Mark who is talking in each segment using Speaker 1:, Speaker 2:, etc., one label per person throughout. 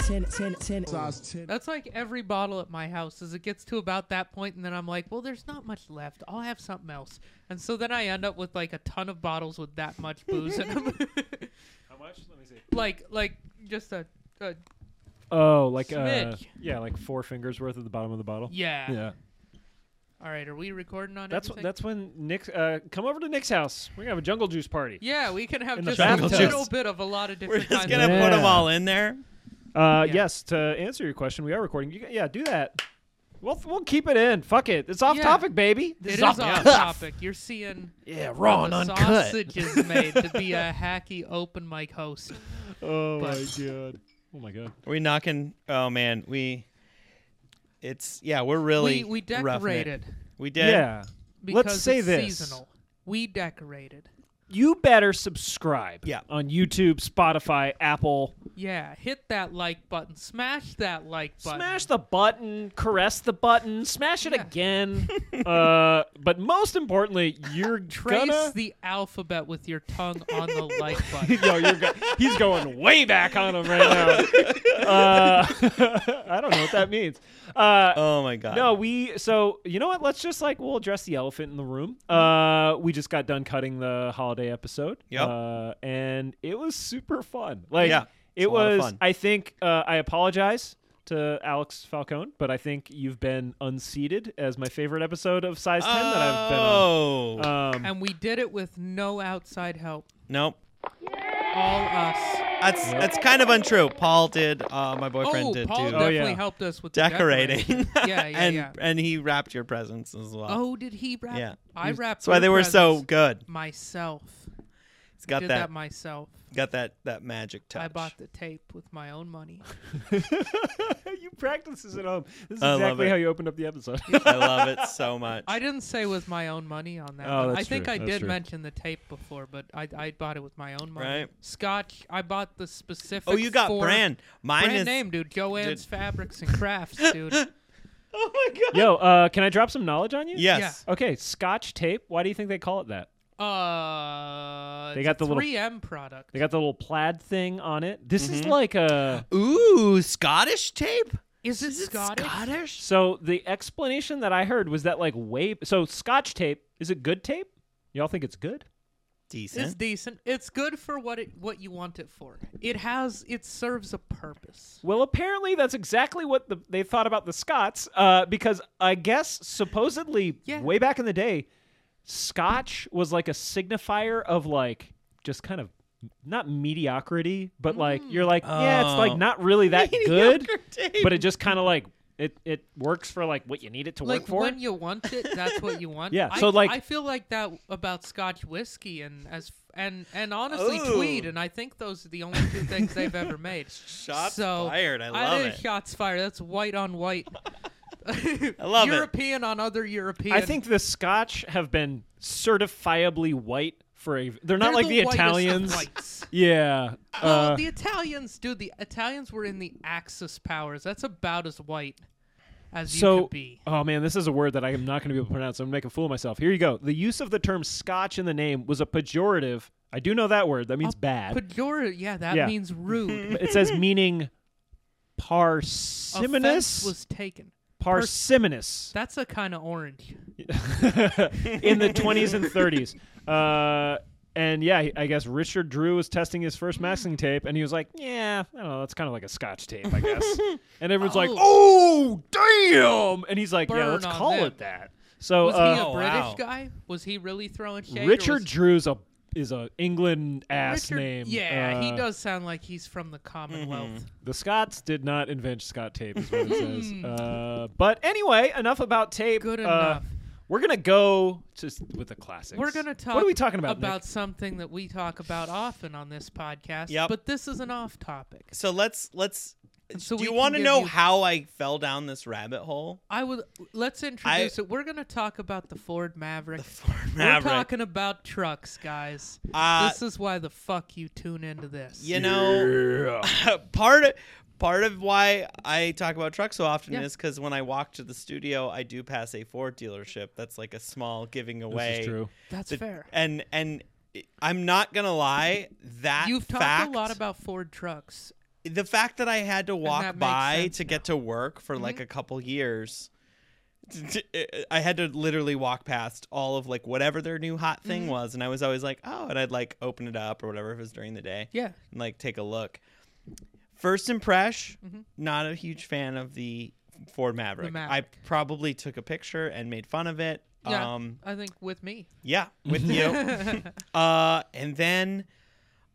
Speaker 1: ten, ten, ten.
Speaker 2: Size 10.
Speaker 3: That's like every bottle at my house is it gets to about that point and then I'm like, well, there's not much left. I'll have something else. And so then I end up with like a ton of bottles with that much booze in them.
Speaker 4: How much? Let me see.
Speaker 3: like like just a, a
Speaker 4: Oh, like uh,
Speaker 3: Smick.
Speaker 4: yeah, like four fingers worth at the bottom of the bottle.
Speaker 3: yeah.
Speaker 2: Yeah.
Speaker 3: All right, are we recording on
Speaker 4: That's
Speaker 3: everything?
Speaker 4: that's when Nick uh, come over to Nick's house. We're gonna have a jungle juice party.
Speaker 3: Yeah, we can have
Speaker 4: In the
Speaker 3: just a
Speaker 4: bathtub.
Speaker 3: little bit of a lot of
Speaker 5: We're
Speaker 3: different
Speaker 5: just
Speaker 3: kinds
Speaker 5: gonna
Speaker 3: of
Speaker 5: put
Speaker 4: Yeah.
Speaker 5: them all in there.
Speaker 4: Uh,
Speaker 3: Yeah.
Speaker 4: Yes. To answer your question, we are recording. You, yeah, do that. We'll we'll keep it in. Fuck it. It's off
Speaker 3: Yeah.
Speaker 4: topic, baby.
Speaker 3: It
Speaker 4: This
Speaker 3: is
Speaker 4: off
Speaker 3: off topic. You're seeing
Speaker 2: Yeah, raw and
Speaker 3: the
Speaker 2: uncut.
Speaker 3: sausage is made to be a hacky open mic host.
Speaker 4: Oh
Speaker 3: But-
Speaker 4: my god. Oh my god.
Speaker 5: Are we knocking? Oh man, we. It's yeah, we're really
Speaker 3: we we
Speaker 5: roughing it.
Speaker 3: decorated
Speaker 5: We did.
Speaker 4: Yeah.
Speaker 3: because
Speaker 4: say
Speaker 3: it's
Speaker 4: this.
Speaker 3: seasonal. We decorated.
Speaker 4: You better subscribe.
Speaker 5: Yeah.
Speaker 4: On YouTube, Spotify, Apple.
Speaker 3: Yeah, hit that like button. Smash that like button.
Speaker 4: Smash the button, caress the button, smash it
Speaker 3: Yeah.
Speaker 4: again. uh, but most importantly, you're
Speaker 3: Trace
Speaker 4: gonna.
Speaker 3: the alphabet with your tongue on the like button.
Speaker 4: Yo, you're go- he's going way back on him right now. Uh, I don't know what that means. Uh,
Speaker 5: Oh my god.
Speaker 4: no, we. So you know what? Let's just like we'll address the elephant in the room. Uh, we just got done cutting the holiday episode.
Speaker 5: Yep.
Speaker 4: Uh, and it was super fun. Like,
Speaker 5: Yeah,
Speaker 4: it
Speaker 5: a lot of
Speaker 4: was.
Speaker 5: fun.
Speaker 4: I think uh, I apologize to Alex Falcone, but I think you've been unseated as my favorite episode of Size Ten that I've been on.
Speaker 5: Oh
Speaker 4: Um,
Speaker 3: and we did it with no outside help.
Speaker 5: nope.
Speaker 3: All us.
Speaker 5: That's
Speaker 4: Yep.
Speaker 5: that's kind of untrue. Paul did. Uh, my boyfriend
Speaker 3: Oh,
Speaker 5: did
Speaker 3: Paul
Speaker 5: too.
Speaker 4: Oh,
Speaker 3: definitely
Speaker 4: yeah.
Speaker 3: helped us with the
Speaker 5: Decorating.
Speaker 3: decorating. yeah, yeah,
Speaker 5: and
Speaker 3: yeah.
Speaker 5: and he wrapped your presents as well.
Speaker 3: Oh, did he wrap?
Speaker 5: Yeah.
Speaker 3: I wrapped.
Speaker 5: That's why
Speaker 3: your
Speaker 5: they were so
Speaker 3: presents
Speaker 5: good.
Speaker 3: Myself.
Speaker 5: It's got
Speaker 3: did
Speaker 5: that,
Speaker 3: that myself.
Speaker 5: got that that magic touch.
Speaker 3: I bought the tape with my own money.
Speaker 4: you practice this at home. This is
Speaker 5: I love
Speaker 4: exactly
Speaker 5: it.
Speaker 4: how you opened up the episode.
Speaker 5: I love it so much.
Speaker 3: I didn't say with my own money on that.
Speaker 4: Oh,
Speaker 3: one. I
Speaker 4: that's
Speaker 3: think
Speaker 4: true.
Speaker 3: I
Speaker 4: That's
Speaker 3: did
Speaker 4: true.
Speaker 3: mention the tape before, but I, I bought it with my own money.
Speaker 5: Right.
Speaker 3: Scotch. I bought the specific.
Speaker 5: oh, you got
Speaker 3: four-
Speaker 5: brand. Mine
Speaker 3: brand
Speaker 5: is
Speaker 3: name, dude. Joann's
Speaker 5: Did-
Speaker 3: Fabrics and Crafts, dude. yes.
Speaker 5: Oh my god.
Speaker 4: Yo, uh, can I drop some knowledge on you?
Speaker 5: Yes.
Speaker 4: Okay, Scotch tape. Why do you think they call it that?
Speaker 3: Uh,
Speaker 4: They
Speaker 3: it's
Speaker 4: got
Speaker 3: a
Speaker 4: the little-
Speaker 3: 3M product.
Speaker 4: They got the little plaid thing on it. This
Speaker 3: Mm-hmm.
Speaker 4: is like a
Speaker 5: Ooh, Scottish tape.
Speaker 3: Is it
Speaker 5: Is it
Speaker 3: Scottish?
Speaker 5: Scottish?
Speaker 4: so the explanation that I heard was that like way so Scotch tape is it good tape? Y'all think it's good?
Speaker 5: Decent.
Speaker 3: It's decent. It's good for what it what you want it for. It has it serves a purpose.
Speaker 4: Well, apparently that's exactly what the, they thought about the Scots, uh, because I guess supposedly
Speaker 3: Yeah.
Speaker 4: way back in the day, Scotch was like a signifier of like just kind of not mediocrity, but like you're like yeah, it's like
Speaker 5: Oh.
Speaker 4: not really that good,
Speaker 5: Mediocre tape.
Speaker 4: but it just kind of like it it works for like what you need it to
Speaker 3: Like
Speaker 4: work for.
Speaker 3: when you want it, that's what you want.
Speaker 4: Yeah,
Speaker 3: I,
Speaker 4: so, like-
Speaker 3: I feel like that about Scotch whiskey and as and and honestly
Speaker 5: Ooh.
Speaker 3: Tweed, and I think those are the only two things they've ever made.
Speaker 5: Shots
Speaker 3: so,
Speaker 5: fired. I
Speaker 3: I
Speaker 5: love
Speaker 3: did
Speaker 5: it.
Speaker 3: shots fired. That's white on white. I
Speaker 5: love it.
Speaker 3: European on other European.
Speaker 4: I think the Scotch have been certifiably white for a. They're not
Speaker 3: They're
Speaker 4: like the,
Speaker 3: whitest of Oh,
Speaker 4: Italians. Uh,
Speaker 3: whites.
Speaker 4: Yeah.
Speaker 3: Well,
Speaker 4: Uh,
Speaker 3: the Italians, dude, the Italians were in the Axis powers. That's about as white as you
Speaker 4: so,
Speaker 3: could be.
Speaker 4: oh man, this is a word that I am not going to be able to pronounce. I'm going to make a fool of myself. Here you go. The use of the term Scotch in the name was a pejorative. I do know that word. That means bad.
Speaker 3: Pejora, yeah, that
Speaker 4: Yeah.
Speaker 3: means rude.
Speaker 4: it says meaning
Speaker 3: Offense
Speaker 4: parsimonious.
Speaker 3: was taken.
Speaker 4: parsimonious.
Speaker 3: That's a kind of orange.
Speaker 4: in the 20s and 30s. Uh, and yeah, I guess Richard Drew was testing his first masking tape, and he was like, "Yeah, I don't know, that's kind of like a Scotch tape, I guess." and everyone's like, "Oh, damn!" And he's like, "Yeah,
Speaker 3: Burn
Speaker 4: let's
Speaker 3: on
Speaker 4: call
Speaker 3: them.
Speaker 4: it that." So
Speaker 3: Was he
Speaker 4: uh,
Speaker 3: a
Speaker 5: Oh,
Speaker 3: British
Speaker 5: wow.
Speaker 3: guy? Was he really throwing shade? or
Speaker 4: Richard
Speaker 3: was-
Speaker 4: Drew's a is a England ass
Speaker 3: Richard-
Speaker 4: name.
Speaker 3: Yeah,
Speaker 4: Uh, Mm-hmm.
Speaker 3: he does sound like he's from the Commonwealth.
Speaker 4: The Scots did not invent Scott tape, is what it says. Uh, but anyway, enough about tape.
Speaker 3: Good
Speaker 4: Uh,
Speaker 3: enough.
Speaker 4: We're gonna go to s- with the classics.
Speaker 3: We're gonna talk.
Speaker 4: What are we talking about? Nick?
Speaker 3: About something that we talk about often on this podcast.
Speaker 5: Yep.
Speaker 3: But this is an off topic.
Speaker 5: So let's let's.
Speaker 3: So
Speaker 5: do
Speaker 3: we
Speaker 5: you
Speaker 3: can
Speaker 5: want to
Speaker 3: give
Speaker 5: know
Speaker 3: you-
Speaker 5: how I fell down this rabbit hole?
Speaker 3: I would let's introduce it. We're gonna talk about the Ford Maverick.
Speaker 5: The Ford
Speaker 3: We're
Speaker 5: Maverick.
Speaker 3: talking about trucks, guys.
Speaker 5: Uh,
Speaker 3: this is why the fuck you tune into this.
Speaker 5: you know, part of, part of why I talk about trucks so often
Speaker 3: Yeah.
Speaker 5: is because when I walk to the studio, I do pass a Ford dealership. That's like a small giving
Speaker 4: This
Speaker 5: away.
Speaker 4: is true.
Speaker 3: that's
Speaker 5: The-
Speaker 3: fair.
Speaker 5: And and I'm not gonna lie, that
Speaker 3: You've talked
Speaker 5: fact,
Speaker 3: a lot about Ford trucks,
Speaker 5: the fact that I had to
Speaker 3: that
Speaker 5: walk
Speaker 3: makes
Speaker 5: by
Speaker 3: sense Mm-hmm.
Speaker 5: to get to work for like a couple years, t- t- I had to literally walk past all of like whatever their new hot
Speaker 3: Mm-hmm.
Speaker 5: thing was, and I was always like, oh, and I'd like open it up or whatever if it was during the day,
Speaker 3: Yeah.
Speaker 5: and like take a look. First impression,
Speaker 3: Mm-hmm.
Speaker 5: not a huge fan of the Ford Maverick.
Speaker 3: Maverick.
Speaker 5: I probably took a picture and made fun of it.
Speaker 3: Yeah.
Speaker 5: Um,
Speaker 3: I think with me.
Speaker 5: yeah, with you. Uh, and then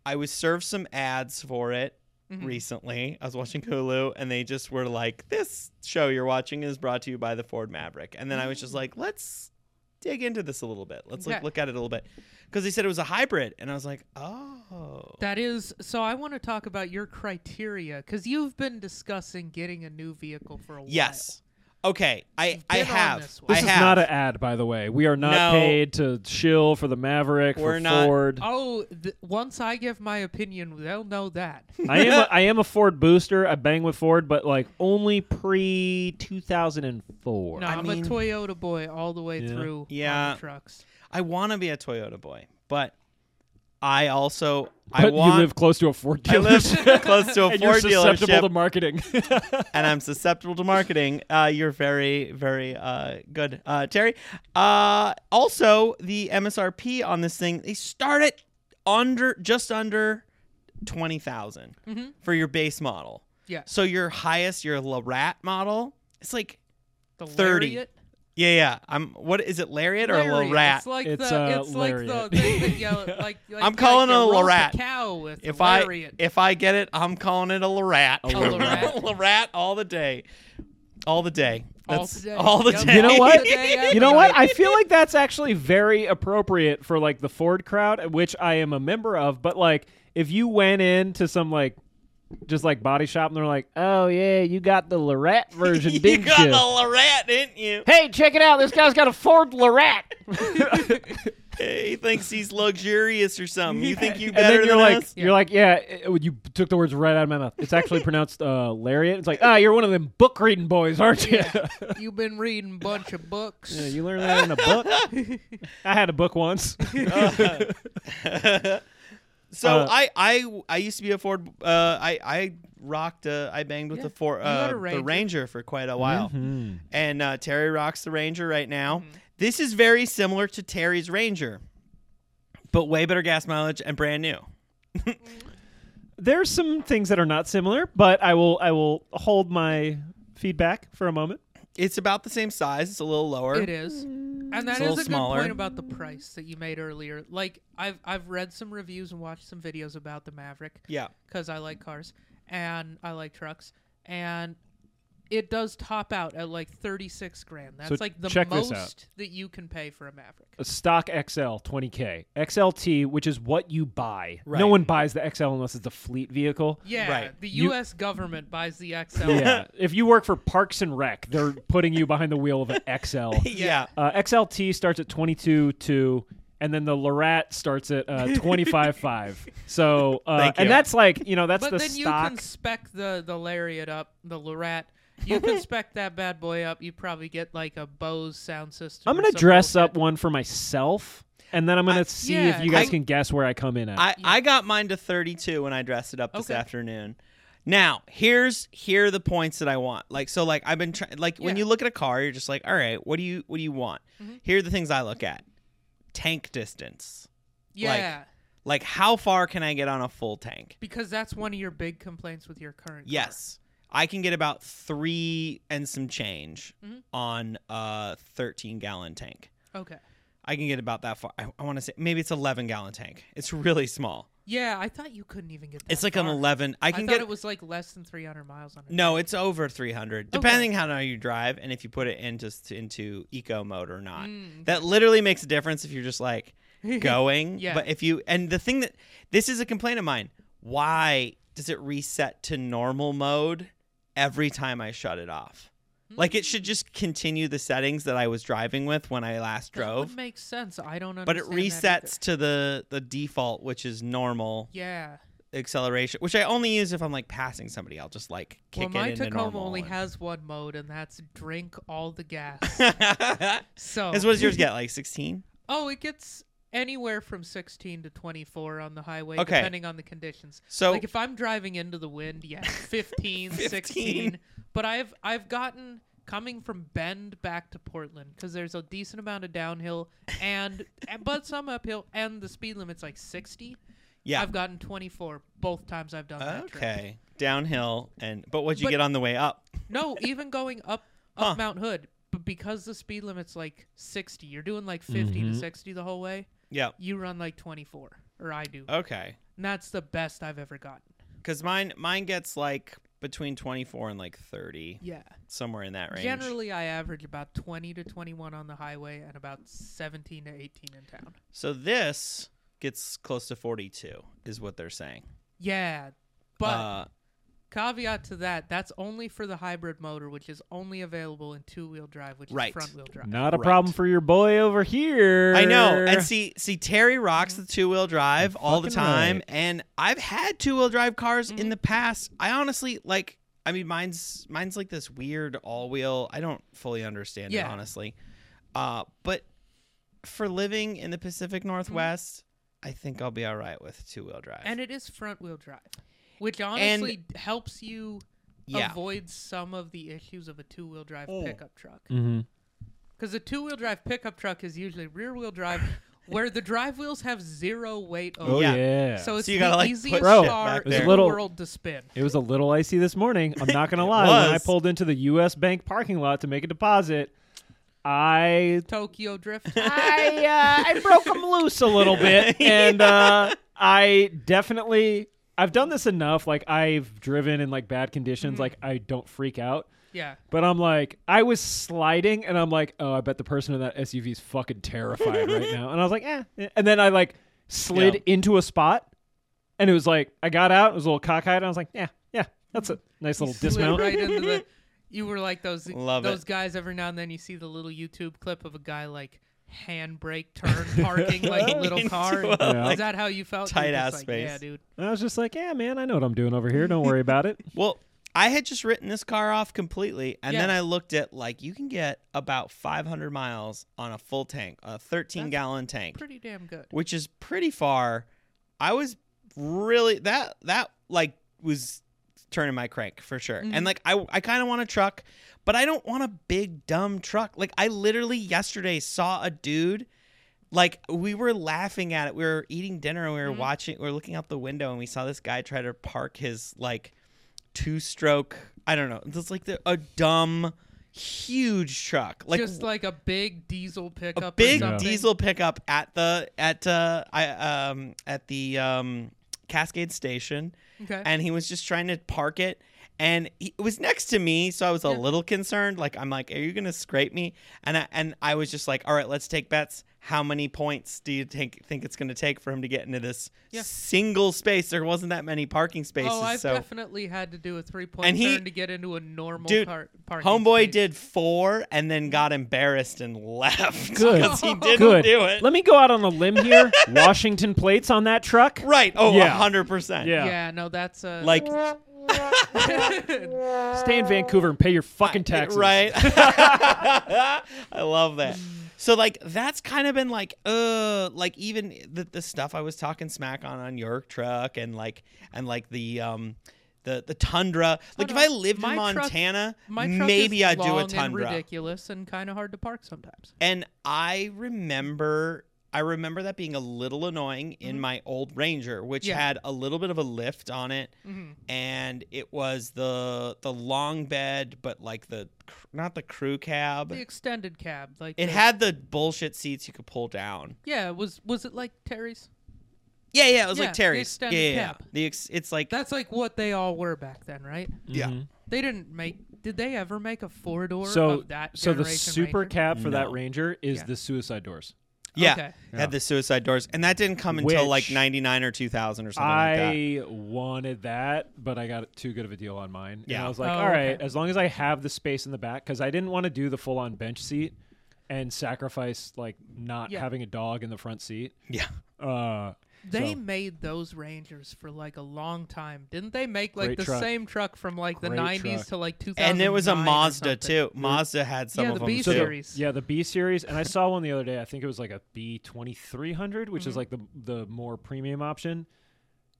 Speaker 5: I was served some ads for it recently. I was watching Hulu, and they just were like, "This show you're watching is brought to you by the Ford Maverick." And then I was just like, "Let's dig into this a little bit. Let's like
Speaker 3: Okay.
Speaker 5: look at it a little bit," because they said it was a hybrid, and I was like, "Oh,
Speaker 3: That is so. I want to talk about your criteria because you've been discussing getting a new vehicle for a while.
Speaker 5: yes, okay, I
Speaker 3: You've
Speaker 5: I
Speaker 3: been on
Speaker 5: have.
Speaker 3: this one.
Speaker 4: This
Speaker 5: I
Speaker 4: is
Speaker 5: have.
Speaker 4: not an ad, by the way. We are not
Speaker 5: No.
Speaker 4: paid to shill for the Maverick
Speaker 5: We're
Speaker 4: for
Speaker 5: not-
Speaker 4: Ford.
Speaker 3: Oh, th- once I give my opinion, they'll know that.
Speaker 4: I am a, I am a Ford booster. I bang with Ford, but like only pre two thousand and four.
Speaker 3: No,
Speaker 5: I
Speaker 3: I am
Speaker 5: mean-
Speaker 3: a Toyota boy all the way
Speaker 4: Yeah.
Speaker 3: through. on the
Speaker 5: Yeah.
Speaker 3: trucks.
Speaker 5: I want to be a Toyota boy, but I also I
Speaker 4: But
Speaker 5: want.
Speaker 4: you live close to a Ford
Speaker 5: I live
Speaker 4: dealership,
Speaker 5: close to a
Speaker 4: and you're
Speaker 5: Ford
Speaker 4: susceptible
Speaker 5: dealership.
Speaker 4: to marketing.
Speaker 5: and I'm susceptible to marketing. Uh, you're very, very uh, good, uh, Terry. Uh, also, the MSRP on this thing they start at under just under twenty
Speaker 3: Mm-hmm.
Speaker 5: for your base model.
Speaker 3: Yeah.
Speaker 5: So your highest, your Larat model, it's like
Speaker 3: The
Speaker 5: 30.
Speaker 3: Lariat?
Speaker 5: yeah, yeah. I'm what is it, Lariat or
Speaker 3: Lariat.
Speaker 5: Larat?
Speaker 3: It's like
Speaker 4: It's,
Speaker 3: the.
Speaker 4: uh,
Speaker 3: it's like
Speaker 4: lariat.
Speaker 3: the. Thing that you, like, like,
Speaker 5: I'm calling
Speaker 3: like
Speaker 5: it a
Speaker 3: you roast
Speaker 5: lariat.
Speaker 3: cow with
Speaker 5: if
Speaker 3: a
Speaker 5: I
Speaker 3: lariat.
Speaker 5: if I get it, I'm calling it a Larat. A
Speaker 3: Larat.
Speaker 5: Larat all the day, all the day.
Speaker 3: All
Speaker 5: That's
Speaker 3: today.
Speaker 5: all the
Speaker 3: Yep.
Speaker 5: day.
Speaker 4: You know what?
Speaker 3: Today,
Speaker 4: you know what? I
Speaker 3: everybody.
Speaker 4: feel like that's actually very appropriate for like the Ford crowd, which I am a member of. But like, if you went into some like, just like body shop, and they're like, "Oh yeah, you got the Lorette version,
Speaker 5: you
Speaker 4: didn't
Speaker 5: got
Speaker 4: you?
Speaker 5: the Larat, didn't you?
Speaker 4: hey, check it out! This guy's got a Ford Lorette."
Speaker 5: he thinks he's luxurious or something. You think you
Speaker 4: and then
Speaker 5: better
Speaker 4: you're
Speaker 5: than
Speaker 4: like,
Speaker 5: us?
Speaker 4: you're like, yeah. it- it- you took the words right out of my mouth. It's actually pronounced uh, lariat. It's like, ah, you're one of them book reading boys, aren't you?
Speaker 3: You've been reading a bunch of books.
Speaker 4: Yeah, you learned that in a book. I had a book once.
Speaker 5: So
Speaker 4: uh,
Speaker 5: I, I, I used to be a Ford. Uh, I, I rocked. Uh, I banged with
Speaker 3: Yeah.
Speaker 5: the Ford,
Speaker 3: You had
Speaker 5: uh,
Speaker 3: a
Speaker 5: the
Speaker 3: Ranger.
Speaker 5: Ranger for quite a while,
Speaker 4: Mm-hmm.
Speaker 5: and uh, Terry rocks the Ranger right now.
Speaker 3: Mm-hmm.
Speaker 5: This is very similar to Terry's Ranger, but way better gas mileage and brand new.
Speaker 4: There's some things that are not similar, but I will I will hold my feedback for a moment.
Speaker 5: It's about the same size. It's a little lower.
Speaker 3: It is. And that
Speaker 5: a
Speaker 3: is
Speaker 5: little
Speaker 3: a
Speaker 5: smaller.
Speaker 3: good point about the price that you made earlier. Like I've I've read some reviews and watched some videos about the Maverick
Speaker 5: Yeah.
Speaker 3: cuz I like cars and I like trucks and it does top out at like 36 grand. That's like the
Speaker 4: check this out.
Speaker 3: most that you can pay for a Maverick.
Speaker 4: A stock XL 20K. XLT, which is what you buy.
Speaker 5: Right.
Speaker 4: No one buys the XL unless it's a fleet vehicle.
Speaker 3: Yeah,
Speaker 5: Right.
Speaker 3: the
Speaker 4: You-
Speaker 3: US government buys the XL.
Speaker 4: Yeah. if you work for Parks and Rec, they're putting you behind the wheel of an XL.
Speaker 5: Yeah.
Speaker 4: Uh, XLT starts at 22.2, and then the Lorat starts at uh, 25.5. So, uh,
Speaker 5: Thank you.
Speaker 4: and that's like, you know, that's
Speaker 3: But
Speaker 4: the
Speaker 3: then
Speaker 4: stock.
Speaker 3: you can spec the the lariat up, the Lorette. You can spec that bad boy up. You probably get like a Bose sound system.
Speaker 4: I'm
Speaker 3: or
Speaker 4: going to
Speaker 3: some
Speaker 4: dress
Speaker 3: bullshit.
Speaker 4: up one for myself, and then I'm going to see
Speaker 3: yeah,
Speaker 4: if you guys
Speaker 5: I-
Speaker 4: can guess where I come in at.
Speaker 5: I, I got mine to 32 when I dressed it up this
Speaker 3: Okay.
Speaker 5: afternoon. Now, here's here are the points that I want. Like so like I've been trying like when
Speaker 3: Yeah. Mm-hmm.
Speaker 5: you look at a car, you're just like, "All right, what do you what do you want?" Here are the things I look at. Tank distance.
Speaker 3: Yeah.
Speaker 5: Like how far can I get on a full tank?
Speaker 3: Because that's one of your big complaints with your current. car.
Speaker 5: Yes. I can get about 3 and some change
Speaker 3: Mm-hmm.
Speaker 5: on a 13 gallon tank.
Speaker 3: Okay.
Speaker 5: I can get about that far. I, I want to say maybe it's 11 gallon tank. It's really small.
Speaker 3: Yeah, I thought you couldn't even get. That
Speaker 5: It's like
Speaker 3: far.
Speaker 5: an 11. I
Speaker 3: I,
Speaker 5: can
Speaker 3: thought
Speaker 5: get
Speaker 3: it was like less than 300 miles on it.
Speaker 5: No, it's over 300,
Speaker 3: Okay.
Speaker 5: depending how now you drive and if you put it into into eco mode or not. That literally makes a difference if you're just like going.
Speaker 3: Hmm, Yeah.
Speaker 5: But if you and the thing that this is a complaint of mine. Why does it reset to normal mode every time I shut it off? Like it should just continue the settings that I was driving with when I last
Speaker 3: that
Speaker 5: drove,
Speaker 3: Would make sense. I don't understand.
Speaker 5: but it
Speaker 3: that
Speaker 5: resets to the the default, which is normal
Speaker 3: either. Yeah.
Speaker 5: acceleration, which I only use if I'm like passing somebody. I'll just like kick
Speaker 3: well, my
Speaker 5: it into
Speaker 3: Tacoma
Speaker 5: normal
Speaker 3: only
Speaker 5: and-
Speaker 3: has one mode, and that's drink all the gas.
Speaker 5: As
Speaker 3: So.
Speaker 5: what does yours get? Like 16?
Speaker 3: oh, it gets. anywhere from 16 to 24 on the highway,
Speaker 5: Okay.
Speaker 3: depending on the conditions.
Speaker 5: So-
Speaker 3: like if I'm driving into the wind, yeah, 15, 16. But I've I've gotten coming from Bend back to Portland because there's a decent amount of downhill and and- but some uphill, and the speed limit's like 60.
Speaker 5: Yeah.
Speaker 3: I've gotten 24 both times I've done that trip.
Speaker 5: okay. Downhill and but what'd you
Speaker 3: But-
Speaker 5: get on the way up?
Speaker 3: No, even going up up
Speaker 5: Huh.
Speaker 3: Mount Hood, but because the speed limit's like 60, you're doing like
Speaker 5: Mm-hmm.
Speaker 3: 50 to 60 the whole way.
Speaker 5: Yeah.
Speaker 3: You run like 24, or I do.
Speaker 5: Okay.
Speaker 3: and that's the best I've ever gotten.
Speaker 5: Cuz mine mine gets like between 24 and like 30,
Speaker 3: Yeah.
Speaker 5: somewhere in that range.
Speaker 3: Generally, I average about 20 to 21 on the highway and about 17 to 18 in town.
Speaker 5: So this gets close to 42 is what they're saying.
Speaker 3: Yeah. But
Speaker 5: uh,
Speaker 3: caveat to that, that's only for the hybrid motor, which is only available in two wheel drive, which
Speaker 5: Right.
Speaker 3: is front wheel drive.
Speaker 4: Not a
Speaker 5: Right.
Speaker 4: problem for your boy over here.
Speaker 5: I know. And see, see, Terry rocks the two wheel drive all the
Speaker 4: fucking
Speaker 5: time,
Speaker 4: right.
Speaker 5: and I've had two wheel drive cars
Speaker 3: Mm-hmm.
Speaker 5: in the past. I honestly like. I mean, mine's mine's like this weird all wheel. I don't fully understand it
Speaker 3: Yeah.
Speaker 5: honestly, uh, but for living in the Pacific
Speaker 3: Mm-hmm.
Speaker 5: Northwest, I think I'll be all right with two wheel drive.
Speaker 3: And it is front wheel drive, which honestly helps you
Speaker 5: yeah,
Speaker 3: avoid some of the issues of a two wheel drive
Speaker 5: Oh.
Speaker 3: pickup truck.
Speaker 4: Mm-hmm.
Speaker 3: Because a two wheel drive pickup truck is usually rear wheel drive, where the drive wheels have zero weight over
Speaker 4: Oh
Speaker 5: yeah.
Speaker 4: yeah.
Speaker 3: So it's
Speaker 5: you gotta,
Speaker 3: the
Speaker 5: like, put
Speaker 3: easiest
Speaker 4: Bro, shit
Speaker 3: car
Speaker 5: back
Speaker 3: in
Speaker 4: there.
Speaker 3: the
Speaker 4: Little-
Speaker 3: world to spin.
Speaker 4: it was a little icy this morning. I'm not gonna lie. When I
Speaker 5: was.
Speaker 4: pulled into the U.S. Bank parking lot to make a deposit, I
Speaker 3: Tokyo Drift.
Speaker 4: I uh, I broke them loose a little bit, and uh, I definitely I've done this enough. Like I've driven in like bad
Speaker 5: Mm-hmm.
Speaker 4: conditions. Like I don't freak out,
Speaker 3: yeah.
Speaker 4: but I'm like I was sliding, and I'm like, oh, I bet the person in that SUV is fucking terrified right now. And I was like, eh. And then I like slid
Speaker 5: Yeah.
Speaker 4: into a spot, and it was like I got out. It was a little cockeyed. And I was like, yeah, yeah, that's a nice little
Speaker 3: Slid
Speaker 4: dismount.
Speaker 3: Right into the, you were like those
Speaker 5: Love
Speaker 3: those
Speaker 5: it.
Speaker 3: guys. Every now and then you see the little YouTube clip of a guy like handbrake turn parking like a little
Speaker 5: Into
Speaker 3: car.
Speaker 5: a,
Speaker 4: Yeah.
Speaker 3: Is that how you felt? You're
Speaker 5: tight
Speaker 3: just
Speaker 5: ass
Speaker 3: like,
Speaker 5: space.
Speaker 3: Yeah, dude.
Speaker 4: And I was just like, yeah, man, I know what I'm doing over here. Don't worry about it.
Speaker 5: Well, I had just written this car off completely, and then
Speaker 3: Yeah.
Speaker 5: I looked at like you can get about 500 miles on a full tank, a 13
Speaker 3: That's
Speaker 5: gallon tank,
Speaker 3: Pretty damn good.
Speaker 5: which is pretty far. I was really that that like was turning my crank for sure. And like I I kind of want a truck, but I don't want a big dumb truck. Like I literally yesterday saw a dude like we were laughing at it. We were eating dinner and we were watching we were looking out the window and we saw this guy try to park his like two stroke, I don't know. It's like the, a dumb huge truck. Like
Speaker 3: Just like a big diesel pickup. or
Speaker 5: big
Speaker 3: something.
Speaker 5: diesel pickup at the at uh I um at the um Cascade station
Speaker 3: Okay.
Speaker 5: and he was just trying to park it and he, it was next to me so I was a little concerned like I'm like are you going to scrape me and I, and I was just like all right let's take bets how many points do you think think it's going to take for him to get into this
Speaker 3: Yeah.
Speaker 5: single space there wasn't that many parking spaces
Speaker 3: oh, I've
Speaker 5: so
Speaker 3: definitely had to do a three point
Speaker 5: And he-
Speaker 3: turn to get into a normal
Speaker 5: Dude,
Speaker 3: car- parking.
Speaker 5: homeboy
Speaker 3: space.
Speaker 5: did 4 and then got embarrassed and left
Speaker 4: Good.
Speaker 5: cuz he didn't
Speaker 4: Good.
Speaker 5: do it
Speaker 4: Let me go out on a limb here. Washington plates on that truck.
Speaker 5: Right. Oh,
Speaker 4: Yeah.
Speaker 5: 100%.
Speaker 4: Yeah.
Speaker 3: Yeah. no, that's uh, a
Speaker 5: Like,
Speaker 4: Stay in Vancouver and pay your fucking taxes.
Speaker 5: right. I love that. So, like, that's kind of been like, uh, like even the, the stuff I was talking smack on on York truck and like, and like the, um, the, the tundra. Like, if
Speaker 3: no.
Speaker 5: I lived in
Speaker 3: My truck-
Speaker 5: Montana,
Speaker 3: my truck
Speaker 5: maybe
Speaker 3: is
Speaker 5: I'd do
Speaker 3: long
Speaker 5: a
Speaker 3: and
Speaker 5: tundra.
Speaker 3: ridiculous and kind of hard to park sometimes.
Speaker 5: And I remember I remember that being a little annoying in my old Ranger, which
Speaker 3: Yeah.
Speaker 5: had a little bit of a lift on it, and it was the the long bed, but like the cr- not the crew cab.
Speaker 3: The extended cab, like
Speaker 5: It
Speaker 3: the-
Speaker 5: had the bullshit seats you could pull down.
Speaker 3: Yeah, was was it like Terry's?
Speaker 5: Yeah, yeah, it was
Speaker 3: Yeah,
Speaker 5: like
Speaker 3: the
Speaker 5: Terry's. Yeah,
Speaker 3: extended
Speaker 5: yeah, yeah.
Speaker 3: cab.
Speaker 5: The ex- it's like
Speaker 3: That's like what they all were back then, right?
Speaker 5: yeah.
Speaker 4: Mm-hmm.
Speaker 3: They didn't make. Did they ever make a four door
Speaker 4: So,
Speaker 3: of that?
Speaker 4: so the
Speaker 3: generation
Speaker 4: super
Speaker 3: Ranger?
Speaker 4: cab for that
Speaker 5: No.
Speaker 4: Ranger is
Speaker 3: Yeah.
Speaker 4: the suicide doors.
Speaker 5: Yeah.
Speaker 3: Okay.
Speaker 5: It Had the suicide doors, and that didn't come until like
Speaker 4: Which-
Speaker 5: 99 or 2000 or something like that.
Speaker 4: I wanted that, but I got too good of a deal on mine. And
Speaker 5: Yeah.
Speaker 4: I was like,
Speaker 3: Oh,
Speaker 4: all right,
Speaker 3: okay.
Speaker 4: as long as I have the space in the back, because I didn't want to do the full on bench seat and sacrifice like not
Speaker 3: Yeah.
Speaker 4: having a dog in the front seat.
Speaker 5: Yeah.
Speaker 4: Uh,
Speaker 3: They
Speaker 4: So-
Speaker 3: made those Rangers for like a long time, didn't they? Make like
Speaker 4: Great
Speaker 3: the
Speaker 4: truck.
Speaker 3: same truck from like the
Speaker 4: Great
Speaker 3: '90s
Speaker 4: truck.
Speaker 3: to like 2000.
Speaker 5: And it was a Mazda too. Mazda had some
Speaker 3: Yeah,
Speaker 5: of
Speaker 3: the
Speaker 5: them
Speaker 3: B
Speaker 5: too.
Speaker 3: series.
Speaker 4: Yeah, the B series, and I saw one the other day. I think it was like a B twenty three hundred, which
Speaker 3: Mm-hmm.
Speaker 4: is like the the more premium option.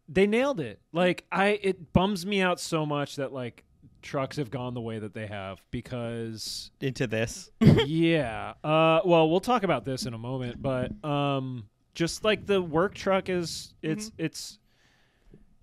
Speaker 4: They nailed it. Like I, it bums me out so much that like trucks have gone the way that they have because
Speaker 5: Into this.
Speaker 4: yeah. Uh, well, we'll talk about this in a moment, but um, just like the work truck is, it's it's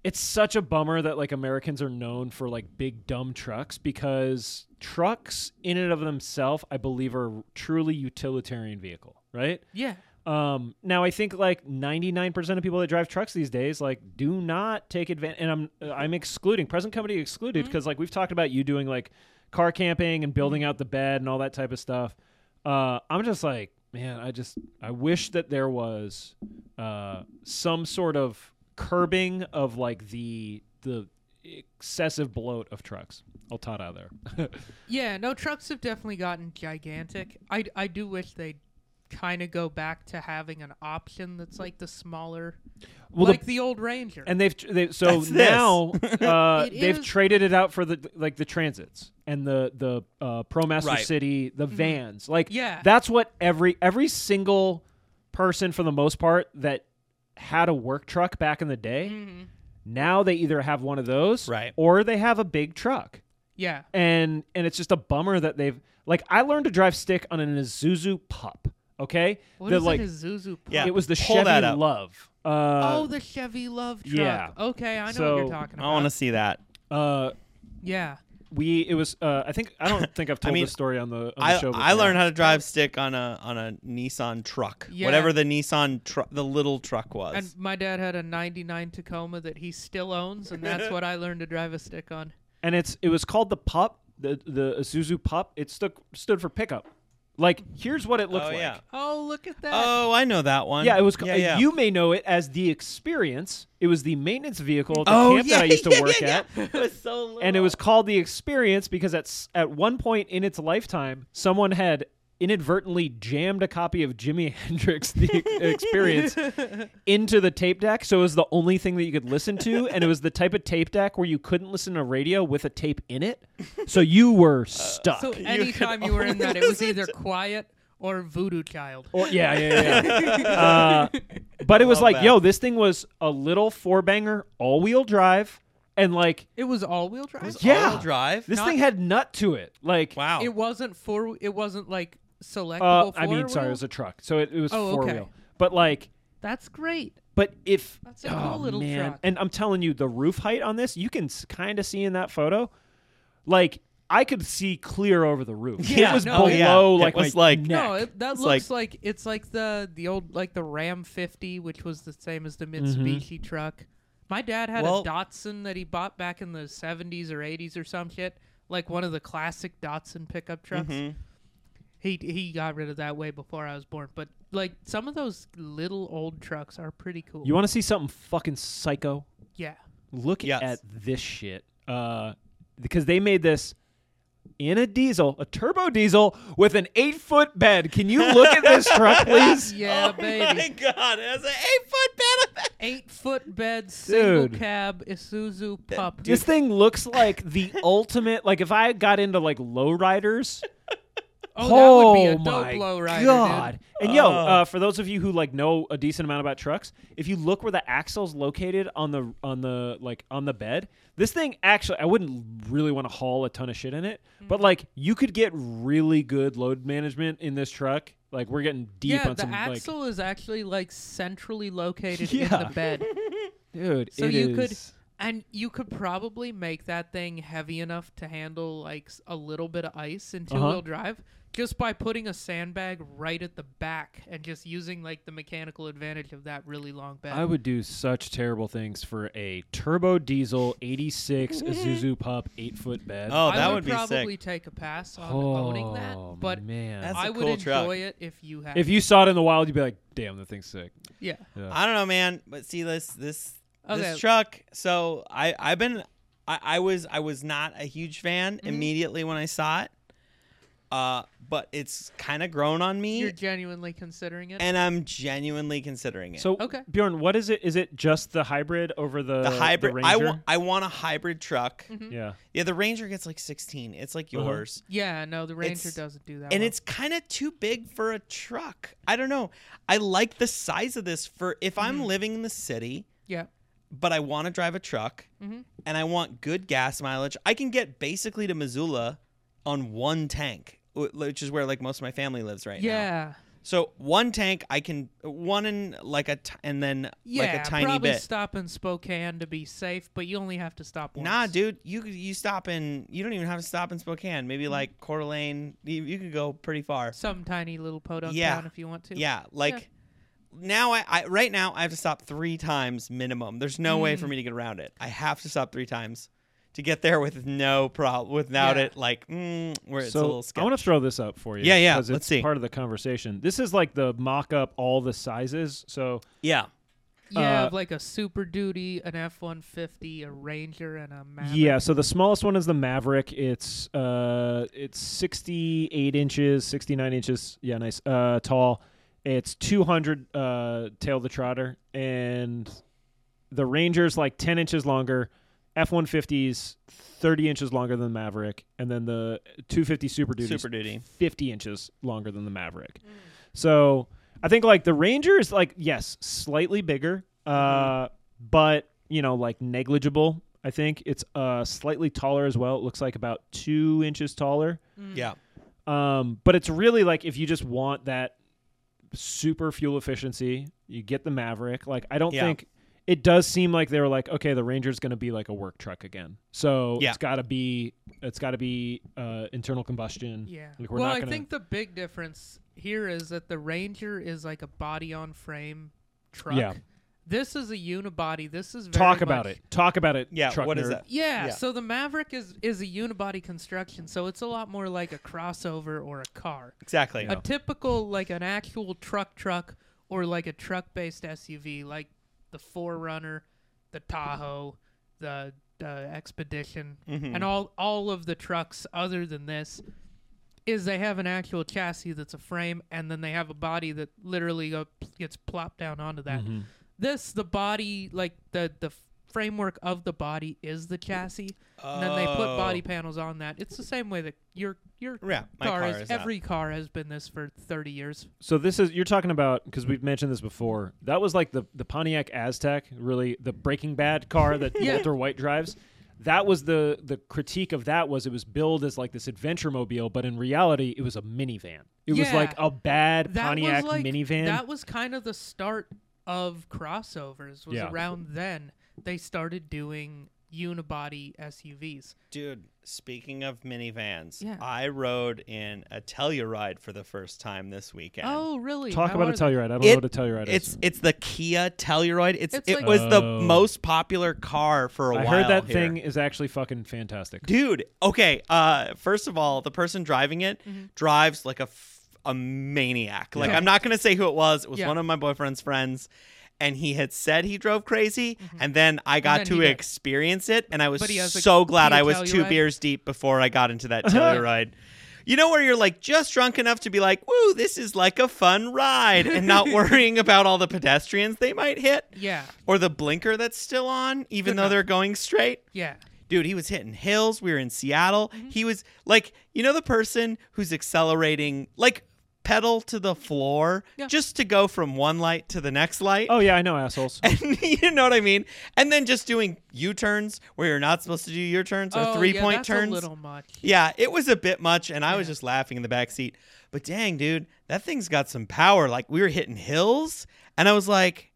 Speaker 4: it's such a bummer that like Americans are known for like big dumb trucks because trucks in and of themselves, I believe, are truly utilitarian vehicle, right?
Speaker 3: Yeah,
Speaker 4: Um, now I think like 99% of people that drive trucks these days like do not take advantage and I'm uh, I'm excluding present company excluded because like we've talked about you doing like car camping and building out the bed and all that type of stuff. Uh, I'm just like, man, I just I wish that there was uh, some sort of curbing of like the the excessive bloat of trucks. I'll tot out there.
Speaker 3: yeah. No, trucks have definitely gotten gigantic. I I do wish they kind of go back to having an option that's like the smaller,
Speaker 4: Well, the-
Speaker 3: like the, old Ranger.
Speaker 4: and they've tr- they, so
Speaker 5: That's this.
Speaker 4: now uh,
Speaker 3: It
Speaker 4: they've
Speaker 3: is-
Speaker 4: traded it out for the like the transits and the the uh, ProMaster
Speaker 5: Right.
Speaker 4: City, the vans. Like
Speaker 3: Mm-hmm. Yeah.
Speaker 4: that's what every every single person for the most part that had a work truck back in the day.
Speaker 3: Mm-hmm.
Speaker 4: Now they either have one of those,
Speaker 5: Right.
Speaker 4: or they have a big truck
Speaker 3: yeah,
Speaker 4: and and it's just a bummer that they've like I learned to drive stick on an Isuzu Pup. Okay,
Speaker 3: what
Speaker 4: The,
Speaker 3: is
Speaker 4: like
Speaker 3: an Isuzu? Pump?
Speaker 5: Yeah.
Speaker 4: it was the
Speaker 5: Pull that
Speaker 4: Chevy
Speaker 5: up.
Speaker 4: Love. Uh,
Speaker 3: oh, the Chevy Love truck.
Speaker 4: yeah.
Speaker 3: Okay, I know what
Speaker 4: So-
Speaker 3: you're talking
Speaker 5: I
Speaker 3: about.
Speaker 5: want to see that.
Speaker 4: uh,
Speaker 3: Yeah.
Speaker 4: we it was uh, I think I don't think I've told
Speaker 5: mean,
Speaker 4: this story on the, on the
Speaker 5: I,
Speaker 4: show. Before.
Speaker 5: I learned how to drive stick on a on a Nissan truck,
Speaker 3: Yeah.
Speaker 5: whatever the Nissan truck, the little truck was.
Speaker 3: And my dad had a 99 Tacoma that he still owns, and that's what I learned to drive a stick on.
Speaker 4: and it's it was called the pup, the the Isuzu pup. It stood stood for pickup. Like here's what it looked
Speaker 5: oh
Speaker 4: like.
Speaker 5: yeah.
Speaker 3: Oh, look at that.
Speaker 5: Oh, I know that one.
Speaker 4: Yeah, it was.
Speaker 5: Yeah,
Speaker 4: uh,
Speaker 5: yeah.
Speaker 4: You may know it as the Experience. It was the maintenance vehicle at the camp that I used to
Speaker 5: Oh, yeah,
Speaker 4: work
Speaker 5: yeah,
Speaker 4: at.
Speaker 5: yeah. It was so little.
Speaker 4: and it was called the experience because at s- at one point in its lifetime, someone had inadvertently jammed a copy of Jimi Hendrix the Ex- experience into the tape deck so it was the only thing that you could listen to and it was the type of tape deck where you couldn't listen to radio with a tape in it so you
Speaker 5: Uh,
Speaker 4: were stuck
Speaker 3: so anytime you, were in
Speaker 5: only
Speaker 3: that, it was
Speaker 5: listen
Speaker 3: either quiet or voodoo child.
Speaker 4: Or- yeah yeah yeah, yeah. uh, but it was
Speaker 5: Love
Speaker 4: like
Speaker 5: that.
Speaker 4: yo this thing was a little four banger all-wheel drive and like
Speaker 3: It was all wheel drive. It, was
Speaker 4: yeah
Speaker 5: all-wheel drive?
Speaker 4: this
Speaker 3: Not-
Speaker 4: thing had nut to it like
Speaker 5: wow.
Speaker 3: not four. It wasn't like
Speaker 4: Uh,
Speaker 3: selectable.
Speaker 4: I mean, sorry, it
Speaker 3: four-wheel?
Speaker 4: was a truck, so it, it was
Speaker 3: Oh,
Speaker 4: four
Speaker 3: okay.
Speaker 4: wheel. But like,
Speaker 3: that's great.
Speaker 4: but if
Speaker 3: That's a cool
Speaker 4: oh,
Speaker 3: little
Speaker 4: man.
Speaker 3: truck.
Speaker 4: and I'm telling you, the roof height on this, you can kind of see in that photo, like I could see clear over the roof.
Speaker 5: Oh, Yeah,
Speaker 4: it was
Speaker 3: no,
Speaker 4: below
Speaker 3: yeah.
Speaker 5: It
Speaker 4: like
Speaker 5: was
Speaker 4: my
Speaker 5: like-
Speaker 4: neck.
Speaker 3: No, it, that
Speaker 5: It's
Speaker 3: looks like, it's like the the old like the Ram 50, which was the same as the
Speaker 4: Mm-hmm.
Speaker 3: Mitsubishi truck. My dad had
Speaker 5: Well-
Speaker 3: a Datsun that he bought back in the 70s or 80s or some shit, like one of the classic Datsun pickup trucks.
Speaker 4: Mm-hmm.
Speaker 3: He he got rid of that way before I was born, but like some of those little old trucks are pretty cool.
Speaker 4: you want to see something fucking psycho?
Speaker 3: yeah.
Speaker 4: Look
Speaker 5: Yes.
Speaker 4: at this shit, uh, because they made this. In a diesel, a turbo diesel with an eight foot bed. Can you look at this truck, please?
Speaker 3: Yeah,
Speaker 5: oh
Speaker 3: baby.
Speaker 5: my god, it was an eight foot bed.
Speaker 3: Eight foot bed, single
Speaker 4: Dude.
Speaker 3: cab, Isuzu pup.
Speaker 4: This thing looks like the ultimate. Like if I got into like lowriders,
Speaker 3: oh, that would
Speaker 4: oh
Speaker 3: be a
Speaker 4: my
Speaker 3: dope low rider, dude.
Speaker 4: god! And yo,
Speaker 5: Oh.
Speaker 4: uh, for those of you who like know a decent amount about trucks, if you look where the axle's located on the on the like on the bed, this thing actually I wouldn't really want to haul a ton of shit in it, but
Speaker 3: Mm-hmm.
Speaker 4: like you could get really good load management in this truck. Like we're getting deep
Speaker 3: yeah,
Speaker 4: on
Speaker 3: the
Speaker 4: some
Speaker 3: axle is actually like centrally located in
Speaker 4: Yeah.
Speaker 3: the bed,
Speaker 4: like dude.
Speaker 3: so
Speaker 4: it
Speaker 3: you could
Speaker 4: is-
Speaker 3: and you could probably make that thing heavy enough to handle like s- a little bit of ice in two wheel
Speaker 4: Uh-huh.
Speaker 3: drive just by putting a sandbag right at the back and just using like the mechanical advantage of that really long bed.
Speaker 4: I would do such terrible things for a turbo diesel 86
Speaker 3: Mm-hmm.
Speaker 4: Isuzu pup eight foot bed.
Speaker 5: Oh,
Speaker 3: I
Speaker 5: that
Speaker 3: would,
Speaker 5: would, be
Speaker 3: probably
Speaker 5: sick.
Speaker 3: take a pass on
Speaker 4: oh,
Speaker 3: owning that, but
Speaker 4: man,
Speaker 5: That's
Speaker 3: I
Speaker 5: a
Speaker 3: would
Speaker 5: cool
Speaker 3: enjoy
Speaker 5: truck.
Speaker 3: it if you had.
Speaker 4: if you saw it in the wild, you'd be like, "Damn, that thing's sick."
Speaker 3: yeah,
Speaker 5: I don't know, man. But see this this
Speaker 3: Okay.
Speaker 5: this truck. So I I've been I, I was I was not a huge fan immediately when I saw it. Uh, but it's kind of grown on me,
Speaker 3: You're genuinely considering it.
Speaker 5: and I'm genuinely considering it.
Speaker 4: So
Speaker 3: Okay.
Speaker 4: Bjorn, what is it? Is it just the hybrid over the
Speaker 5: the hybrid,
Speaker 4: The
Speaker 5: I
Speaker 4: Ranger?
Speaker 5: want, I want a hybrid truck.
Speaker 3: Mm-hmm.
Speaker 4: yeah.
Speaker 5: Yeah, the Ranger gets like 16. It's like
Speaker 4: Uh-huh.
Speaker 5: yours,
Speaker 3: yeah, no, the ranger
Speaker 5: It's-
Speaker 3: doesn't do that.
Speaker 5: and
Speaker 3: well.
Speaker 5: it's kind of too big for a truck. I don't know. I like the size of this for if I'm
Speaker 3: Mm-hmm.
Speaker 5: living in the city,
Speaker 3: yeah,
Speaker 5: but I want to drive a truck,
Speaker 3: Mm-hmm.
Speaker 5: and I want good gas mileage. I can get basically to Missoula on one tank, wh- which is where like most of my family lives right now.
Speaker 3: yeah,
Speaker 5: So one tank I can one in like a t- and then
Speaker 3: yeah.
Speaker 5: like a tiny
Speaker 3: probably
Speaker 5: bit.
Speaker 3: stop in Spokane to be safe, but you only have to stop once.
Speaker 5: Nah, dude, you could- you stop in you don't even have to stop in Spokane. Maybe like Coeur d'Alene. You, you could go pretty far.
Speaker 3: Some tiny little podunk
Speaker 5: Yeah.
Speaker 3: town if you want to.
Speaker 5: Yeah, like now I, I right now I have to stop three times minimum. There's no way for me to get around it. I have to stop three times to get there with no problem without
Speaker 3: Yeah.
Speaker 5: it like mm, where it's
Speaker 4: so
Speaker 5: a little
Speaker 4: I
Speaker 5: sketch.
Speaker 4: want to throw this up for you.
Speaker 5: Yeah, yeah,
Speaker 4: Because
Speaker 5: let's
Speaker 4: it's
Speaker 5: see.
Speaker 4: part of the conversation. This is like the mock-up, all the sizes. So
Speaker 5: yeah.
Speaker 3: yeah,
Speaker 4: Uh,
Speaker 3: of like a Super Duty, an F one fifty, a Ranger, and a Maverick.
Speaker 4: yeah, so the smallest one is the Maverick. It's uh, it's 68 inches, 69 inches. Yeah, nice. Uh, tall. It's 200 uh, tail the trotter, and the Ranger's like 10 inches longer. F-150's 30 inches longer than the Maverick, and then the 250 Super Duty's
Speaker 5: Super Duty.
Speaker 4: 50 inches longer than the Maverick. So I think like the Ranger is like yes, slightly bigger, uh, but you know like negligible. I think it's uh, slightly taller as well. It looks like about two inches taller.
Speaker 5: Yeah.
Speaker 4: Um, but it's really like if you just want that super fuel efficiency, you get the Maverick. Like I don't
Speaker 5: Yeah.
Speaker 4: think it does seem like they were like, okay, the Ranger's going to be like a work truck again. So
Speaker 5: Yeah.
Speaker 4: it's got to be it's got to be uh, internal combustion.
Speaker 3: Yeah.
Speaker 4: Like, we're
Speaker 3: well,
Speaker 4: not
Speaker 3: I
Speaker 4: gonna-
Speaker 3: think the big difference here is that the Ranger is like a body on frame truck.
Speaker 4: Yeah.
Speaker 3: This is a unibody. This is very
Speaker 4: Talk about
Speaker 3: much-
Speaker 4: it. Talk about it.
Speaker 5: Yeah,
Speaker 4: truck
Speaker 5: what is
Speaker 4: nerd.
Speaker 5: that?
Speaker 3: Yeah,
Speaker 5: Yeah.
Speaker 3: So the Maverick is is a unibody construction, so it's a lot more like a crossover or a car.
Speaker 5: Exactly.
Speaker 3: A typical like an actual truck truck or like a truck based SUV like the Forerunner, the Tahoe, the the Expedition, and all all of the trucks other than this is they have an actual chassis that's a frame and then they have a body that literally go, gets plopped down onto that. This the body like the the framework of the body is the chassis and then they put
Speaker 5: Oh.
Speaker 3: body panels on that. It's the same way that your your
Speaker 5: Yeah, my
Speaker 3: car,
Speaker 5: car
Speaker 3: is,
Speaker 5: is that.
Speaker 3: every car has been this for 30 years.
Speaker 4: So this is you're talking about because we've mentioned this before. That was like the the Pontiac Aztec, really the Breaking Bad car that
Speaker 3: Yeah.
Speaker 4: Walter White drives. That was the the critique of that was it was billed as like this adventure mobile, but in reality it was a minivan. It was
Speaker 3: Yeah.
Speaker 4: like a bad
Speaker 3: That
Speaker 4: Pontiac
Speaker 3: was like,
Speaker 4: minivan.
Speaker 3: That was kind of the start of crossovers. Was
Speaker 4: Yeah.
Speaker 3: around then they started doing unibody SUVs.
Speaker 5: Dude, speaking of minivans,
Speaker 3: Yeah.
Speaker 5: I rode in a Telluride for the first time this weekend.
Speaker 3: Oh, really?
Speaker 4: Talk
Speaker 3: How
Speaker 4: about a
Speaker 3: are they?
Speaker 4: Telluride. I don't know
Speaker 5: It-
Speaker 4: what a Telluride is.
Speaker 5: It's it's the Kia Telluride. It's,
Speaker 3: It's
Speaker 5: it
Speaker 3: like-
Speaker 5: was the
Speaker 4: Oh.
Speaker 5: most popular car for a
Speaker 4: I
Speaker 5: while.
Speaker 4: heard that
Speaker 5: here.
Speaker 4: thing is actually fucking fantastic.
Speaker 5: dude. Okay, uh, first of all, the person driving it
Speaker 3: Mm-hmm.
Speaker 5: drives like a f- a maniac. Like
Speaker 4: Yeah.
Speaker 5: I'm not gonna say who it was. It was
Speaker 3: Yeah.
Speaker 5: one of my boyfriend's friends. And he had said he drove crazy, and then I
Speaker 3: Mm-hmm.
Speaker 5: got
Speaker 3: then
Speaker 5: to
Speaker 3: he did.
Speaker 5: experience it, and I was
Speaker 3: But he has a
Speaker 5: so glad
Speaker 3: Kia
Speaker 5: I was two
Speaker 3: Telluride?
Speaker 5: beers deep before I got into that Telluride. You know where you're like just drunk enough to be like, "Woo, this is like a fun ride," and not worrying about all the pedestrians they might hit
Speaker 3: Yeah,
Speaker 5: or the blinker that's still on, even
Speaker 3: Good
Speaker 5: though
Speaker 3: enough.
Speaker 5: they're going straight.
Speaker 3: yeah.
Speaker 5: Dude, he was hitting hills. We were in Seattle.
Speaker 3: Mm-hmm.
Speaker 5: He was like, you know, the person who's accelerating, like pedal to the floor,
Speaker 3: Yeah.
Speaker 5: just to go from one light to the next light.
Speaker 4: Oh yeah, I know assholes.
Speaker 5: And you know what I mean? And then just doing U turns where you're not supposed to do U turns or
Speaker 3: Oh,
Speaker 5: three
Speaker 3: yeah,
Speaker 5: point
Speaker 3: that's
Speaker 5: turns.
Speaker 3: A little much.
Speaker 5: Yeah, it was a bit much, and I was
Speaker 3: Yeah.
Speaker 5: just laughing in the back seat. But dang, dude, that thing's got some power. Like we were hitting hills, and I was like,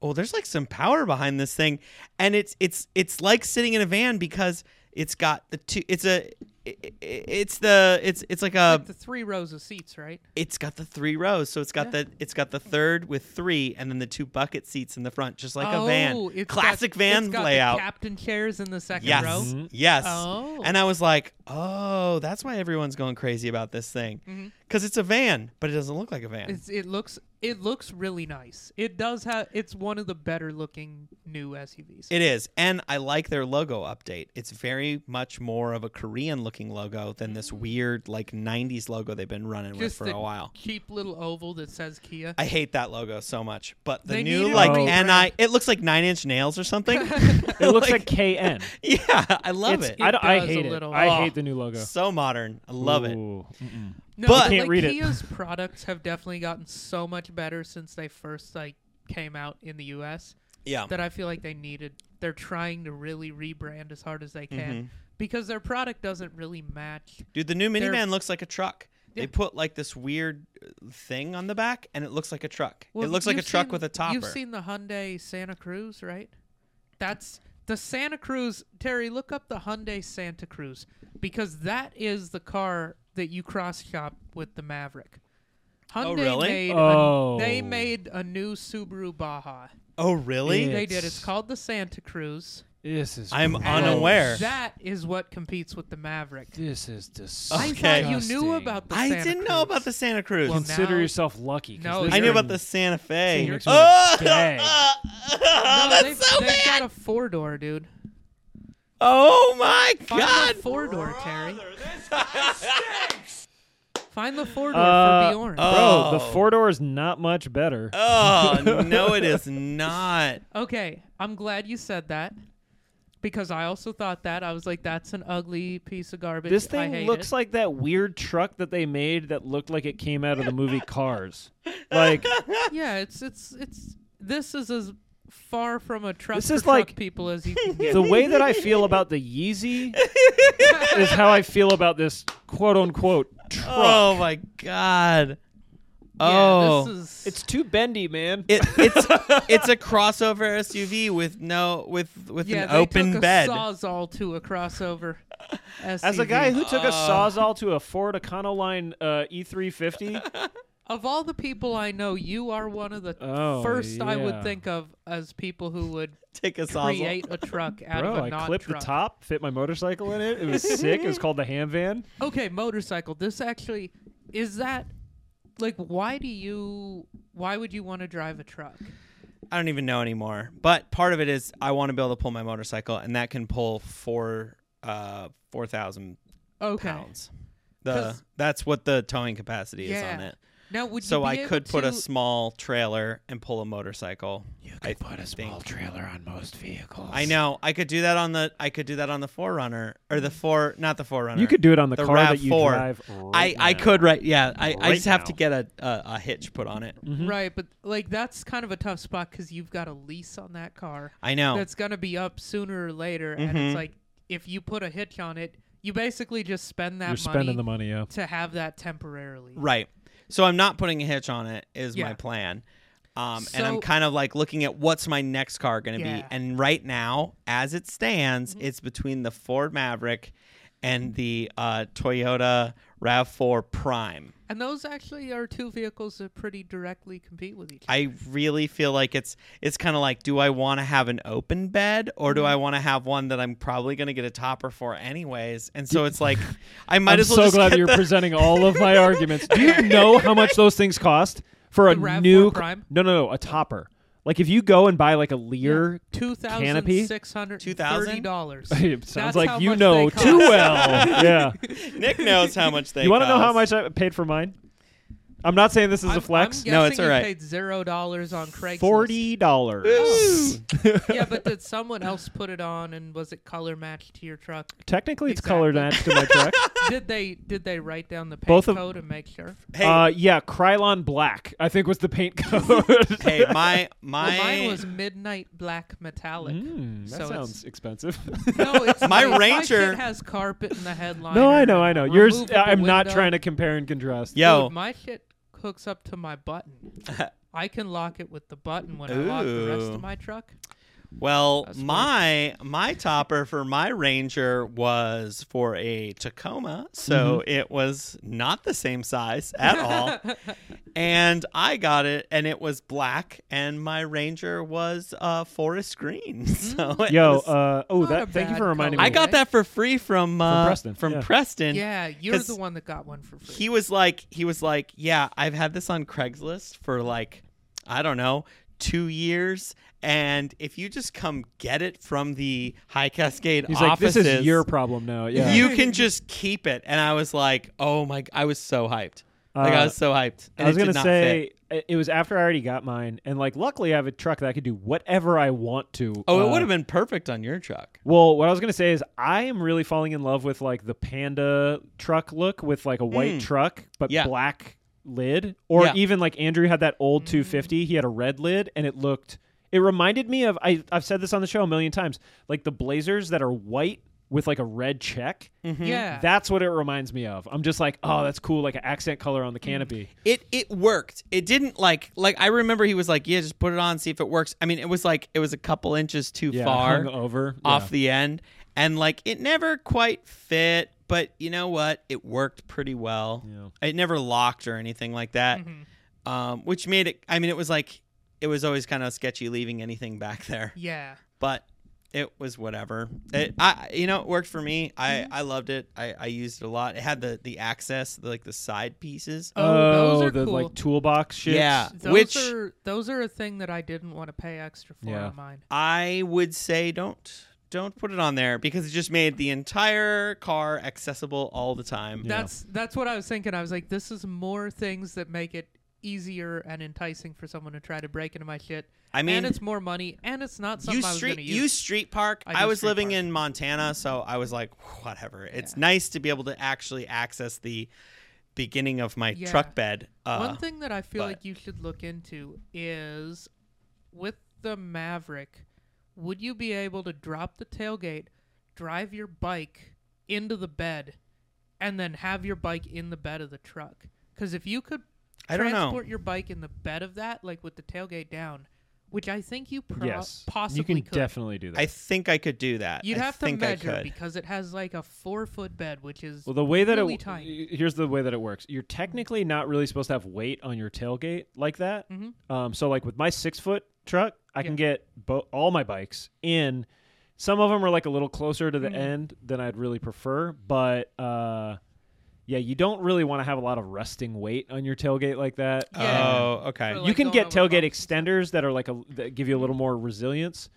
Speaker 5: "Oh, there's like some power behind this thing." And it's it's it's like sitting in a van because it's got the two. It's a i- i- it's the it's it's like a
Speaker 3: like the three rows of seats, right?
Speaker 5: it's got the three rows so it's got the it's got the third with three and then the two bucket seats in the front just like a
Speaker 3: Oh,
Speaker 5: van
Speaker 3: it's got-
Speaker 5: classic van
Speaker 3: it's got the
Speaker 5: layout
Speaker 3: captain chairs in the second
Speaker 5: Yes. Mm-hmm.
Speaker 3: row.
Speaker 4: Mm-hmm.
Speaker 5: Yes.
Speaker 3: Oh.
Speaker 5: And I was like, oh, that's why everyone's going crazy about this thing. Because because it's a van, but it doesn't look like a van.
Speaker 3: Mm-hmm. It's, it looks it looks really nice. It does have. It's one of the better looking new SUVs.
Speaker 5: It is. And I like their logo update. It's very much more of a Korean looking logo than this weird like 90s logo they've been running with
Speaker 3: Mm. Just
Speaker 5: for
Speaker 3: the
Speaker 5: a while.
Speaker 3: cheap little oval that says Kia.
Speaker 5: I hate that logo so much. But the
Speaker 3: They
Speaker 5: new
Speaker 3: need a
Speaker 5: like
Speaker 4: Oh.
Speaker 5: NI
Speaker 3: rebrand.
Speaker 5: it looks like 9 inch nails or something.
Speaker 4: It looks like KN.
Speaker 5: Yeah, I love
Speaker 4: It's-
Speaker 5: it.
Speaker 4: I, don't- I
Speaker 3: does a
Speaker 4: hate it.
Speaker 3: little.
Speaker 4: I
Speaker 3: Oh.
Speaker 4: hate the new logo.
Speaker 5: So modern. I love it.
Speaker 4: Ooh, mm-mm.
Speaker 3: No,
Speaker 5: But-
Speaker 3: but
Speaker 4: Can't
Speaker 3: like,
Speaker 4: read it.
Speaker 3: Kia's products have definitely gotten so much better since they first like came out in the U.S.
Speaker 5: Yeah.
Speaker 3: that I feel like they needed. They're trying to really rebrand as hard as they can
Speaker 5: Mm-hmm.
Speaker 3: because their product doesn't really match.
Speaker 5: Dude, the new
Speaker 3: They're-
Speaker 5: minivan looks like a truck. They
Speaker 3: Yeah.
Speaker 5: put like this weird uh, thing on the back and it looks like a truck.
Speaker 3: Well,
Speaker 5: it looks like a
Speaker 3: you've
Speaker 5: truck
Speaker 3: seen-
Speaker 5: with a topper.
Speaker 3: You've seen the Hyundai Santa Cruz, right? That's the Santa Cruz. Terry, look up the Hyundai Santa Cruz because that is the car that you cross shop with the Maverick. Hyundai
Speaker 5: really?
Speaker 3: made a-
Speaker 4: Oh.
Speaker 3: they made a new Subaru Baja.
Speaker 5: oh, really?
Speaker 4: Yeah.
Speaker 3: They did.
Speaker 4: It's-
Speaker 3: It's called the Santa Cruz.
Speaker 4: This is.
Speaker 5: I'm
Speaker 4: gross.
Speaker 5: unaware.
Speaker 3: That is what competes with the Maverick.
Speaker 4: This is
Speaker 3: I
Speaker 4: disgusting.
Speaker 5: Okay.
Speaker 3: thought you knew about the
Speaker 5: I
Speaker 3: Santa
Speaker 5: didn't know about
Speaker 3: Cruz.
Speaker 5: the Santa Cruz.
Speaker 3: Well,
Speaker 4: Consider
Speaker 3: now-
Speaker 4: yourself lucky. 'cause
Speaker 3: No,
Speaker 4: this
Speaker 5: I knew
Speaker 4: thing-
Speaker 5: about the Santa Fe.
Speaker 4: Santa Cruz
Speaker 5: Oh,
Speaker 4: day.
Speaker 3: No, they've,
Speaker 5: that's so
Speaker 3: they've
Speaker 5: bad.
Speaker 3: got a four door, dude.
Speaker 5: Oh my
Speaker 3: Find
Speaker 5: God.
Speaker 3: the four door, Terry. Find the four door
Speaker 4: Uh,
Speaker 3: for Bjorn.
Speaker 4: Bro, the
Speaker 5: Oh.
Speaker 4: four door is not much better.
Speaker 5: Oh no, it is not.
Speaker 3: okay, I'm glad you said that because I also thought that. I was like, that's an ugly piece of garbage.
Speaker 4: this
Speaker 3: I
Speaker 4: thing
Speaker 3: hate
Speaker 4: looks
Speaker 3: it.
Speaker 4: like that weird truck that they made that looked like it came out of the movie Cars. Like
Speaker 3: yeah, it's it's it's. This is as far from a truck
Speaker 4: This
Speaker 3: for
Speaker 4: is
Speaker 3: truck
Speaker 4: like-
Speaker 3: people as you can get.
Speaker 4: the way that I feel about the Yeezy is how I feel about this quote unquote truck.
Speaker 5: Oh my God.
Speaker 3: yeah,
Speaker 5: Oh,
Speaker 3: this is.
Speaker 4: It's too bendy, man.
Speaker 5: it, it's it's a crossover SUV with no with with
Speaker 3: yeah,
Speaker 5: an
Speaker 3: they
Speaker 5: open
Speaker 3: took
Speaker 5: bed.
Speaker 3: A sawzall to a crossover.
Speaker 4: As a
Speaker 3: SUV.
Speaker 4: guy who took a
Speaker 5: Uh.
Speaker 4: sawzall to a Ford Econoline uh, E350,
Speaker 3: of all the people I know, you are one of the
Speaker 4: Oh,
Speaker 3: first I
Speaker 4: yeah.
Speaker 3: would think of as people who would
Speaker 5: Take a sausage.
Speaker 3: create a truck out
Speaker 4: bro,
Speaker 3: of a
Speaker 4: I
Speaker 3: not
Speaker 4: clipped
Speaker 3: truck.
Speaker 4: the top, fit my motorcycle in it. It was sick. It was called the Ham Van.
Speaker 3: Okay, motorcycle. This actually is that like why do you why would you want to drive a truck?
Speaker 5: I don't even know anymore. But part of it is I want to be able to pull my motorcycle, and that can pull four uh four thousand
Speaker 3: Okay.
Speaker 5: pounds. The
Speaker 3: 'Cause-
Speaker 5: that's what the towing capacity is on
Speaker 3: Yeah.
Speaker 5: it.
Speaker 3: Now would
Speaker 5: So
Speaker 3: you be
Speaker 5: I
Speaker 3: able
Speaker 5: could put a
Speaker 3: to-
Speaker 5: small trailer and pull a motorcycle. You could I put a small trailer on most vehicles. I know. I could do that on the I could do that on the Forerunner or
Speaker 3: Mm.
Speaker 5: the four not the Forerunner.
Speaker 4: You could do it on the,
Speaker 5: The
Speaker 4: car that you
Speaker 5: RAV4.
Speaker 4: drive.
Speaker 5: I,
Speaker 4: right
Speaker 5: I
Speaker 4: now.
Speaker 5: could right yeah I, I
Speaker 4: Right
Speaker 5: just have
Speaker 4: now. Mm-hmm.
Speaker 5: to get a, a a hitch put on it.
Speaker 3: Mm-hmm. Right, but like that's kind of a tough spot cuz you've got a lease on that car
Speaker 5: I know.
Speaker 3: that's going to be up sooner or later and
Speaker 5: Mm-hmm.
Speaker 3: it's like if you put a hitch on it, you basically just spend that
Speaker 4: You're
Speaker 3: money
Speaker 4: spending the money, yeah.
Speaker 3: to have that temporarily.
Speaker 5: Right. So I'm not putting a hitch on it is my
Speaker 3: Yeah.
Speaker 5: plan. Um, and I'm
Speaker 3: So-
Speaker 5: kind of like looking at what's my next car going to be.
Speaker 3: Yeah.
Speaker 5: And right now, as it stands,
Speaker 4: Mm-hmm.
Speaker 5: it's between the Ford Maverick and the uh, Toyota RAV4 Prime.
Speaker 3: And those actually are two vehicles that pretty directly compete with each other.
Speaker 5: I really feel like it's it's kind of like do I want to have an open bed or
Speaker 4: Mm-hmm.
Speaker 5: do I want to have one that I'm probably going to get a topper for anyways? And so it's like I might
Speaker 4: I'm
Speaker 5: as well
Speaker 4: so
Speaker 5: just
Speaker 4: glad
Speaker 5: get
Speaker 4: you're
Speaker 5: the-
Speaker 4: presenting all of my arguments. Do you know how much those things cost for a
Speaker 3: The RAV4
Speaker 4: new
Speaker 3: Prime?
Speaker 4: No, no, no, a topper. Like if you go and buy like a Lear
Speaker 3: Two
Speaker 4: canopy.
Speaker 3: thousand six hundred thirty
Speaker 5: $2,000?
Speaker 3: dollars.
Speaker 4: It sounds like you know too well. yeah.
Speaker 5: Nick knows how much they
Speaker 4: You want to know how
Speaker 5: cost.
Speaker 4: much I paid for mine? I'm not saying this is a flex.
Speaker 5: No, it's all right.
Speaker 3: Paid zero dollars on Craigslist.
Speaker 4: Forty dollars.
Speaker 3: yeah, but did someone else put it on, and was it color matched to your truck?
Speaker 4: Technically, it's
Speaker 3: Exactly.
Speaker 4: color matched to my truck.
Speaker 3: Did they did they write down the paint
Speaker 4: Both of-
Speaker 3: code and make sure?
Speaker 5: Hey,
Speaker 4: Uh, yeah, Krylon black. I think was the paint code.
Speaker 5: hey, my my
Speaker 3: Well, mine was midnight black metallic.
Speaker 4: Mm, that
Speaker 3: so
Speaker 4: sounds expensive.
Speaker 3: It's, no, it's
Speaker 5: My
Speaker 3: nice.
Speaker 5: Ranger-
Speaker 3: My shit has carpet in the headline.
Speaker 4: no, I know, I know. Yours. uh,
Speaker 3: Removable
Speaker 4: I'm not
Speaker 3: window.
Speaker 4: trying to compare and contrast.
Speaker 5: Yeah. Yo.
Speaker 3: Dude, my shit hooks up to my button. I can lock it with the button when I lock the rest
Speaker 5: Ooh.
Speaker 3: of my truck.
Speaker 5: Well,
Speaker 3: That's
Speaker 5: my my topper for my Ranger was for
Speaker 4: Mm-hmm.
Speaker 5: a Tacoma, so it was not the same size at all. and I got it, and it was black, and my ranger was uh, forest green. So it
Speaker 4: Yo,
Speaker 5: was-
Speaker 4: uh, oh,
Speaker 3: Not
Speaker 4: that.
Speaker 3: a
Speaker 4: Thank you
Speaker 3: bad
Speaker 4: for reminding
Speaker 3: color.
Speaker 5: I
Speaker 4: me.
Speaker 5: got that for free from uh,
Speaker 4: Preston,
Speaker 5: From
Speaker 4: yeah.
Speaker 5: Preston.
Speaker 3: yeah, you're
Speaker 5: 'cause
Speaker 3: the one that got one for free.
Speaker 5: he was like he was like yeah i've had this on craigslist for like i don't know two years and if you just come get it from the high cascade
Speaker 4: He's like,
Speaker 5: offices
Speaker 4: this is your problem now. Yeah.
Speaker 5: you can just keep it and i was like oh my i was so hyped like i
Speaker 4: Uh,
Speaker 5: was so hyped and
Speaker 4: I was
Speaker 5: it did
Speaker 4: gonna
Speaker 5: not
Speaker 4: say it- it was after I already got mine, and like luckily I have a truck that I could do whatever I want to.
Speaker 5: fit. oh
Speaker 4: uh,
Speaker 5: it would have been perfect on your truck
Speaker 4: Well, what I was gonna say is I am really falling in love with like the panda truck look with like a white
Speaker 5: Mm.
Speaker 4: truck but
Speaker 5: Yeah.
Speaker 4: black lid, or
Speaker 5: Yeah.
Speaker 4: even like Andrew had that old 250. He had a red lid, and it looked. It reminded me of I, I've said this on the show a million times, like the blazers that are white with like a red check.
Speaker 3: yeah,
Speaker 4: That's what it reminds me of. I'm just like, oh, that's cool, like an accent color on the canopy.
Speaker 5: it it worked it didn't like like i remember he was like yeah just put it on see if it works i mean it was like it was a couple inches too
Speaker 4: Yeah,
Speaker 5: far
Speaker 4: hung over
Speaker 5: off the end and like it never quite fit but you know what it worked pretty well
Speaker 4: Yeah.
Speaker 5: it never locked or anything like that
Speaker 3: Mm-hmm.
Speaker 5: um, which made it i mean it was like it was always kind of sketchy leaving anything back there
Speaker 3: yeah.
Speaker 5: but it was whatever it i you know it worked for me i
Speaker 3: Mm-hmm.
Speaker 5: i loved it i i used it a lot it had the the access like the side pieces
Speaker 3: Oh, those are
Speaker 4: the
Speaker 3: cool.
Speaker 4: like toolbox shit.
Speaker 5: yeah
Speaker 3: Those
Speaker 5: which
Speaker 3: are those are a thing that I didn't want to pay extra for
Speaker 4: Yeah.
Speaker 3: on mine.
Speaker 5: I would say don't don't put it on there because it just made the entire car accessible all the time.
Speaker 3: That's that's what I was thinking. I was like, this is more things that make it easier and enticing for someone to try to break into my shit.
Speaker 5: I mean,
Speaker 3: and it's more money, and it's not something
Speaker 5: you
Speaker 3: I was
Speaker 5: street
Speaker 3: going to
Speaker 5: you
Speaker 3: use.
Speaker 5: street park.
Speaker 3: I
Speaker 5: I,
Speaker 3: do
Speaker 5: was
Speaker 3: street
Speaker 5: living
Speaker 3: park.
Speaker 5: in Montana, so I was like, whatever. It's nice to be able to actually access the beginning of my
Speaker 3: Yeah.
Speaker 5: truck bed. Uh,
Speaker 3: One thing that I feel
Speaker 5: but-
Speaker 3: like you should look into is with the Maverick, would you be able to drop the tailgate, drive your bike into the bed, and then have your bike in the bed of the truck? Because if you could
Speaker 5: I don't know.
Speaker 3: transport your bike in the bed of that, like with the tailgate down, which I think you pro-
Speaker 4: yes. you
Speaker 3: possibly
Speaker 4: can
Speaker 3: could.
Speaker 4: definitely do that.
Speaker 5: I think I could do that.
Speaker 3: You'd
Speaker 5: I
Speaker 3: have to
Speaker 5: think I
Speaker 3: measure
Speaker 5: could.
Speaker 3: because it has like a four foot bed, which is
Speaker 4: well, the way that
Speaker 3: really
Speaker 4: it
Speaker 3: tight.
Speaker 4: y- here's the way that it works. You're technically not really supposed to have weight on your tailgate like that.
Speaker 3: Mhm.
Speaker 4: Um, so like with my six foot truck, I
Speaker 3: Yeah.
Speaker 4: can get bo- all my bikes in. Some of them are like a little closer to the
Speaker 3: Mm-hmm.
Speaker 4: end than I'd really prefer, but uh, yeah, you don't really want to have a lot of resting weight on your tailgate like that. Um,
Speaker 3: Yeah.
Speaker 5: Oh, okay.
Speaker 3: For,
Speaker 4: you
Speaker 3: like,
Speaker 4: can
Speaker 3: going
Speaker 4: get
Speaker 3: over
Speaker 4: tailgate
Speaker 3: bumps.
Speaker 4: extenders that are like a that give you a
Speaker 3: Mm-hmm.
Speaker 4: little more resilience,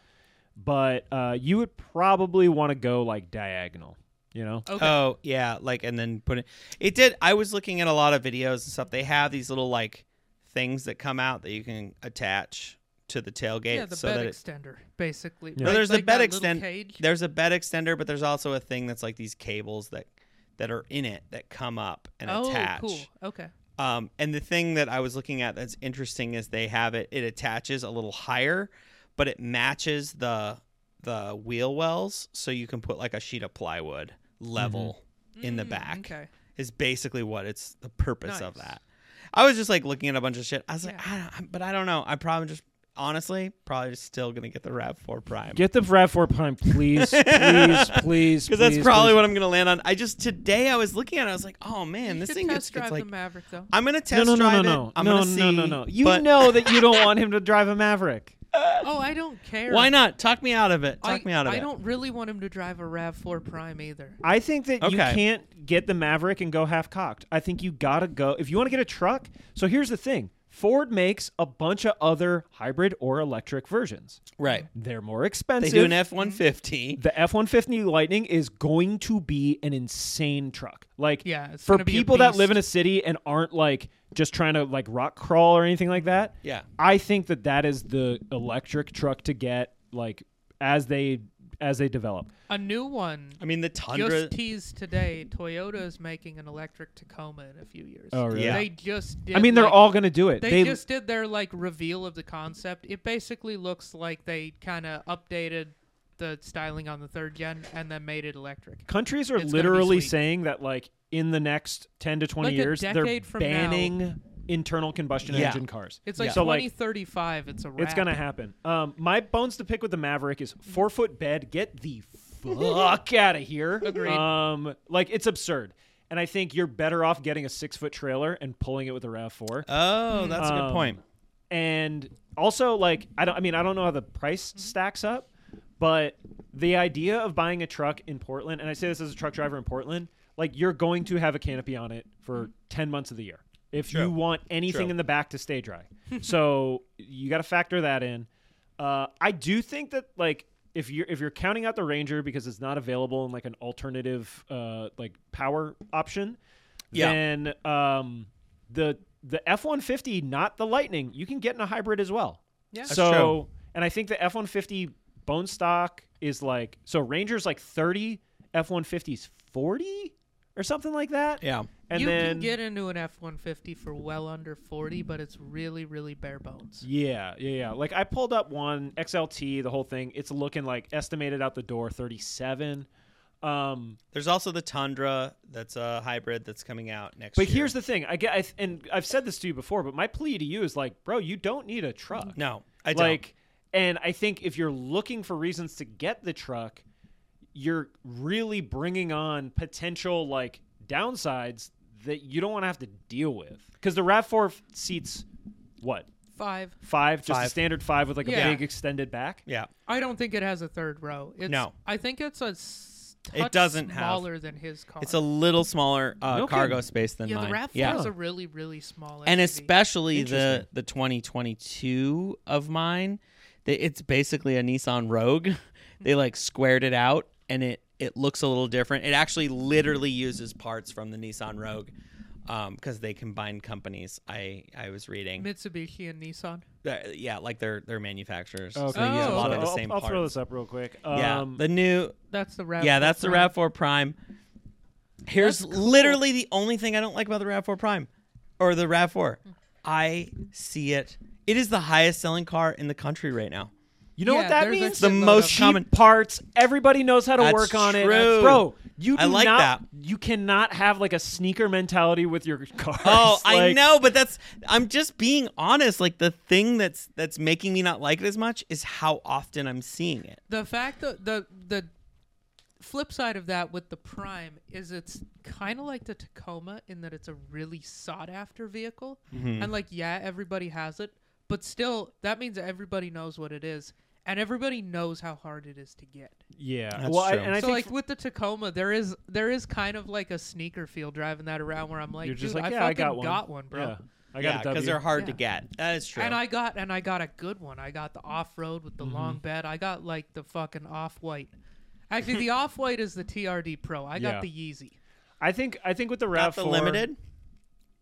Speaker 4: but uh, you would probably want to go like diagonal. You know,
Speaker 3: okay.
Speaker 5: Oh yeah, like and then put it. It did. I was looking at a lot of videos and stuff. They have these little like things that come out that you can attach to the tailgate.
Speaker 3: yeah, the
Speaker 5: so that
Speaker 3: bed
Speaker 5: it,
Speaker 3: extender, basically.
Speaker 4: Yeah.
Speaker 5: no,
Speaker 3: Like-
Speaker 5: there's
Speaker 3: like
Speaker 5: a bed
Speaker 3: that little
Speaker 5: extend.
Speaker 3: cage.
Speaker 5: There's a bed extender, but there's also a thing that's like these cables that that are in it that come up and
Speaker 3: oh,
Speaker 5: attach.
Speaker 3: cool. Okay.
Speaker 5: Um, and the thing that I was looking at that's interesting is they have it. It attaches a little higher, but it matches the the wheel wells, so you can put like a sheet of plywood level in the
Speaker 3: Mm,
Speaker 5: back.
Speaker 3: Okay.
Speaker 5: Is basically what it's the purpose of
Speaker 3: Nice.
Speaker 5: that. I was just like looking at a bunch of shit. I was like,
Speaker 3: Yeah.
Speaker 5: I don't, but I don't know. I probably just honestly probably just still gonna get the Rav Four Prime.
Speaker 4: Get the Rav Four Prime, please, please, please.
Speaker 5: because that's
Speaker 4: please,
Speaker 5: probably
Speaker 4: please.
Speaker 5: what I'm gonna land on. I just today I was looking at it, I was like, oh man,
Speaker 3: You
Speaker 5: this
Speaker 3: should
Speaker 5: thing
Speaker 3: test
Speaker 5: gets, gets
Speaker 3: drive
Speaker 5: like
Speaker 3: the Maverick though.
Speaker 5: I'm gonna test
Speaker 4: no, no, no,
Speaker 5: drive
Speaker 4: no,
Speaker 5: it. I'm
Speaker 4: no,
Speaker 5: gonna see.
Speaker 4: no, no, no. You
Speaker 5: but-
Speaker 4: know that you don't want him to drive a Maverick.
Speaker 3: oh, I don't care.
Speaker 5: Why not? Talk me out of it. Talk
Speaker 3: I,
Speaker 5: me out of
Speaker 3: I
Speaker 5: it.
Speaker 3: don't really want him to drive a Rav Four Prime either.
Speaker 4: I think that you
Speaker 5: Okay.
Speaker 4: can't get the Maverick and go half cocked. I think you gotta go if you want to get a truck. So here's the thing: Ford makes a bunch of other hybrid or electric versions.
Speaker 5: right.
Speaker 4: They're more
Speaker 5: They
Speaker 4: expensive.
Speaker 5: do an F one fifty.
Speaker 3: Mm-hmm.
Speaker 4: the F one fifty Lightning is going to be an insane truck. Like
Speaker 3: Yeah, it's
Speaker 4: for
Speaker 3: gonna be a
Speaker 4: people that
Speaker 3: beast.
Speaker 4: live in a city and aren't like just trying to like rock crawl or anything like that.
Speaker 5: Yeah.
Speaker 4: I think that that is the electric truck to get like as they as they develop.
Speaker 3: A new one.
Speaker 5: I mean the Tundra.
Speaker 3: Just teased today, Toyota is making an electric Tacoma in a few years.
Speaker 4: Oh, really?
Speaker 5: Yeah.
Speaker 3: They just did.
Speaker 4: I mean, they're
Speaker 3: like-
Speaker 4: all going to do it.
Speaker 3: They,
Speaker 4: They,
Speaker 3: just did their like reveal of the concept. It basically looks like they kind of updated the styling on the third gen and then made it electric.
Speaker 4: countries are
Speaker 3: It's gonna be
Speaker 4: literally
Speaker 3: sweet.
Speaker 4: saying that like in the next 10 to 20
Speaker 3: Like a
Speaker 4: years they're
Speaker 3: decade from now-
Speaker 4: banning internal combustion
Speaker 5: Yeah.
Speaker 4: engine cars.
Speaker 3: It's like
Speaker 5: Yeah.
Speaker 4: So, like,
Speaker 3: 2035. it's a wrap.
Speaker 4: It's gonna happen. Um, my bones to pick with the Maverick is four foot bed. Get the fuck out of here.
Speaker 3: Agreed.
Speaker 4: Um, like it's absurd. And I think you're better off getting a six foot trailer and pulling it with a Rav Four.
Speaker 5: Oh, that's a good
Speaker 4: Um,
Speaker 5: point.
Speaker 4: and also like I don't I mean I don't know how the price
Speaker 5: Mm-hmm.
Speaker 4: stacks up, but the idea of buying a truck in Portland and I say this as a truck driver in Portland, like you're going to have a canopy on it for 10 months of the year if
Speaker 5: Mm-hmm. True.
Speaker 4: you want anything
Speaker 5: True.
Speaker 4: in the back to stay dry. so you got to factor that in. Uh, I do think that like if you're if you're counting out the Ranger because it's not available in like an alternative uh, like power option,
Speaker 5: Yeah.
Speaker 4: then um, the the F one fifty, not the Lightning, you can get in a hybrid as well.
Speaker 3: Yeah. That's
Speaker 4: so
Speaker 5: true.
Speaker 4: and I think the F one fifty bone stock is like so Ranger's like thirty, F one fifty's forty or something like that.
Speaker 5: Yeah.
Speaker 4: And
Speaker 3: you
Speaker 4: then
Speaker 3: can get into an F one fifty for well under forty, but it's really, really bare bones.
Speaker 4: Yeah, yeah, yeah. Like I pulled up one XLT, the whole thing. It's looking like estimated out the door thirty seven. Um,
Speaker 5: There's also the Tundra that's a hybrid that's coming out next
Speaker 4: but
Speaker 5: year.
Speaker 4: here's the thing. I get, I, and I've said this to you before, but my plea to you is like, bro, you don't need a truck.
Speaker 5: No, I don't.
Speaker 4: like, and I think if you're looking for reasons to get the truck, you're really bringing on potential like downsides that you don't want to have to deal with because the Rav Four seats what
Speaker 3: Five.
Speaker 4: five, just a
Speaker 5: Five.
Speaker 4: standard five with like
Speaker 3: Yeah.
Speaker 4: a big extended back.
Speaker 5: Yeah.
Speaker 3: I don't think it has a third row. It's,
Speaker 5: No.
Speaker 3: I think it's a s-
Speaker 5: It
Speaker 3: touch
Speaker 5: doesn't have-
Speaker 3: smaller than his car.
Speaker 5: It's a little smaller uh,
Speaker 4: No
Speaker 5: cargo
Speaker 4: kidding.
Speaker 5: space than
Speaker 3: yeah.
Speaker 5: mine.
Speaker 3: The Rav
Speaker 5: yeah.
Speaker 3: is a really, really small.
Speaker 5: and
Speaker 3: SUV.
Speaker 5: especially the
Speaker 4: Interesting.
Speaker 5: the 2022 of mine they, it's basically a nissan rogue they like squared it out and it it looks a little different it actually literally uses parts from the nissan rogue because they combined companies i i was reading
Speaker 3: Mitsubishi and Nissan.
Speaker 5: Uh, yeah like their their manufacturers so
Speaker 4: Okay,
Speaker 5: they use
Speaker 4: yeah,
Speaker 5: a lot of the
Speaker 4: I'll,
Speaker 5: same
Speaker 4: I'll
Speaker 5: parts
Speaker 4: throw this up real quick. Um,
Speaker 5: yeah the new
Speaker 3: That's the Rav.
Speaker 5: yeah that's the
Speaker 3: Prime.
Speaker 5: rav4 prime here's
Speaker 3: That's cool.
Speaker 5: literally the only thing i don't like about the rav4 prime or the rav4 i see it it is the highest selling car in the country right now
Speaker 4: you know
Speaker 3: Yeah,
Speaker 4: what that
Speaker 3: there's a
Speaker 4: means?
Speaker 5: The
Speaker 3: shitload
Speaker 5: most
Speaker 3: of-
Speaker 4: cheap
Speaker 5: common-
Speaker 4: parts. Everybody knows how to
Speaker 5: That's
Speaker 4: work on
Speaker 5: true.
Speaker 4: it, bro. You do
Speaker 5: I like
Speaker 4: not,
Speaker 5: that.
Speaker 4: You cannot have like a sneaker mentality with your cars.
Speaker 5: Oh, I
Speaker 4: Like,
Speaker 5: know, but that's I'm just being honest. Like the thing that's that's making me not like it as much is how often I'm seeing it.
Speaker 3: the fact that the the flip side of that with the prime is it's kind of like the tacoma in that it's a really sought after vehicle
Speaker 4: Mm-hmm.
Speaker 3: and like yeah everybody has it but still that means everybody knows what it is and everybody knows how hard it is to get
Speaker 4: Yeah.
Speaker 5: That's
Speaker 4: well, I,
Speaker 5: true.
Speaker 4: and I
Speaker 3: so
Speaker 4: think
Speaker 3: like with the tacoma there is there is kind of like a sneaker feel driving that around where i'm like
Speaker 4: you're just
Speaker 3: dude
Speaker 4: like,
Speaker 3: i
Speaker 4: yeah,
Speaker 3: fucking
Speaker 4: I got one.
Speaker 3: bro
Speaker 4: Yeah, I got a W.
Speaker 5: because they're hard to
Speaker 3: Yeah.
Speaker 5: get. That is true.
Speaker 3: And I got and I got a good one. I got the off road with the
Speaker 5: Mm-hmm.
Speaker 3: long bed. I got like the fucking off white. Actually, the off white is the TRD Pro. I got
Speaker 4: Yeah.
Speaker 3: the Yeezy.
Speaker 4: I think I think with the
Speaker 5: Not
Speaker 4: Rav
Speaker 5: the
Speaker 4: Four
Speaker 5: limited.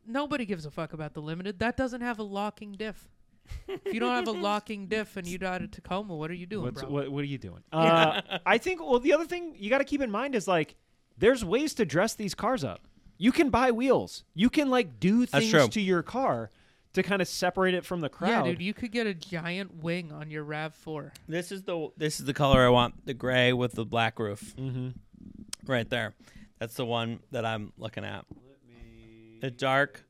Speaker 3: Nobody gives a fuck about the limited. That doesn't have a locking diff. if you don't have a locking diff and you got a Tacoma, what are you doing,
Speaker 4: What's,
Speaker 3: bro?
Speaker 4: what, what are you doing? Uh, I think. Well, the other thing you got to keep in mind is like, there's ways to dress these cars up. You can buy wheels. You can like do
Speaker 5: That's
Speaker 4: things
Speaker 5: true.
Speaker 4: to your car to kind of separate it from the
Speaker 3: yeah,
Speaker 4: crowd.
Speaker 3: dude, you could get a giant wing on your Rav Four.
Speaker 5: This is the this is the color I want. The gray with the black roof. Mm-hmm. Right there. That's the one that I'm looking at. The dark.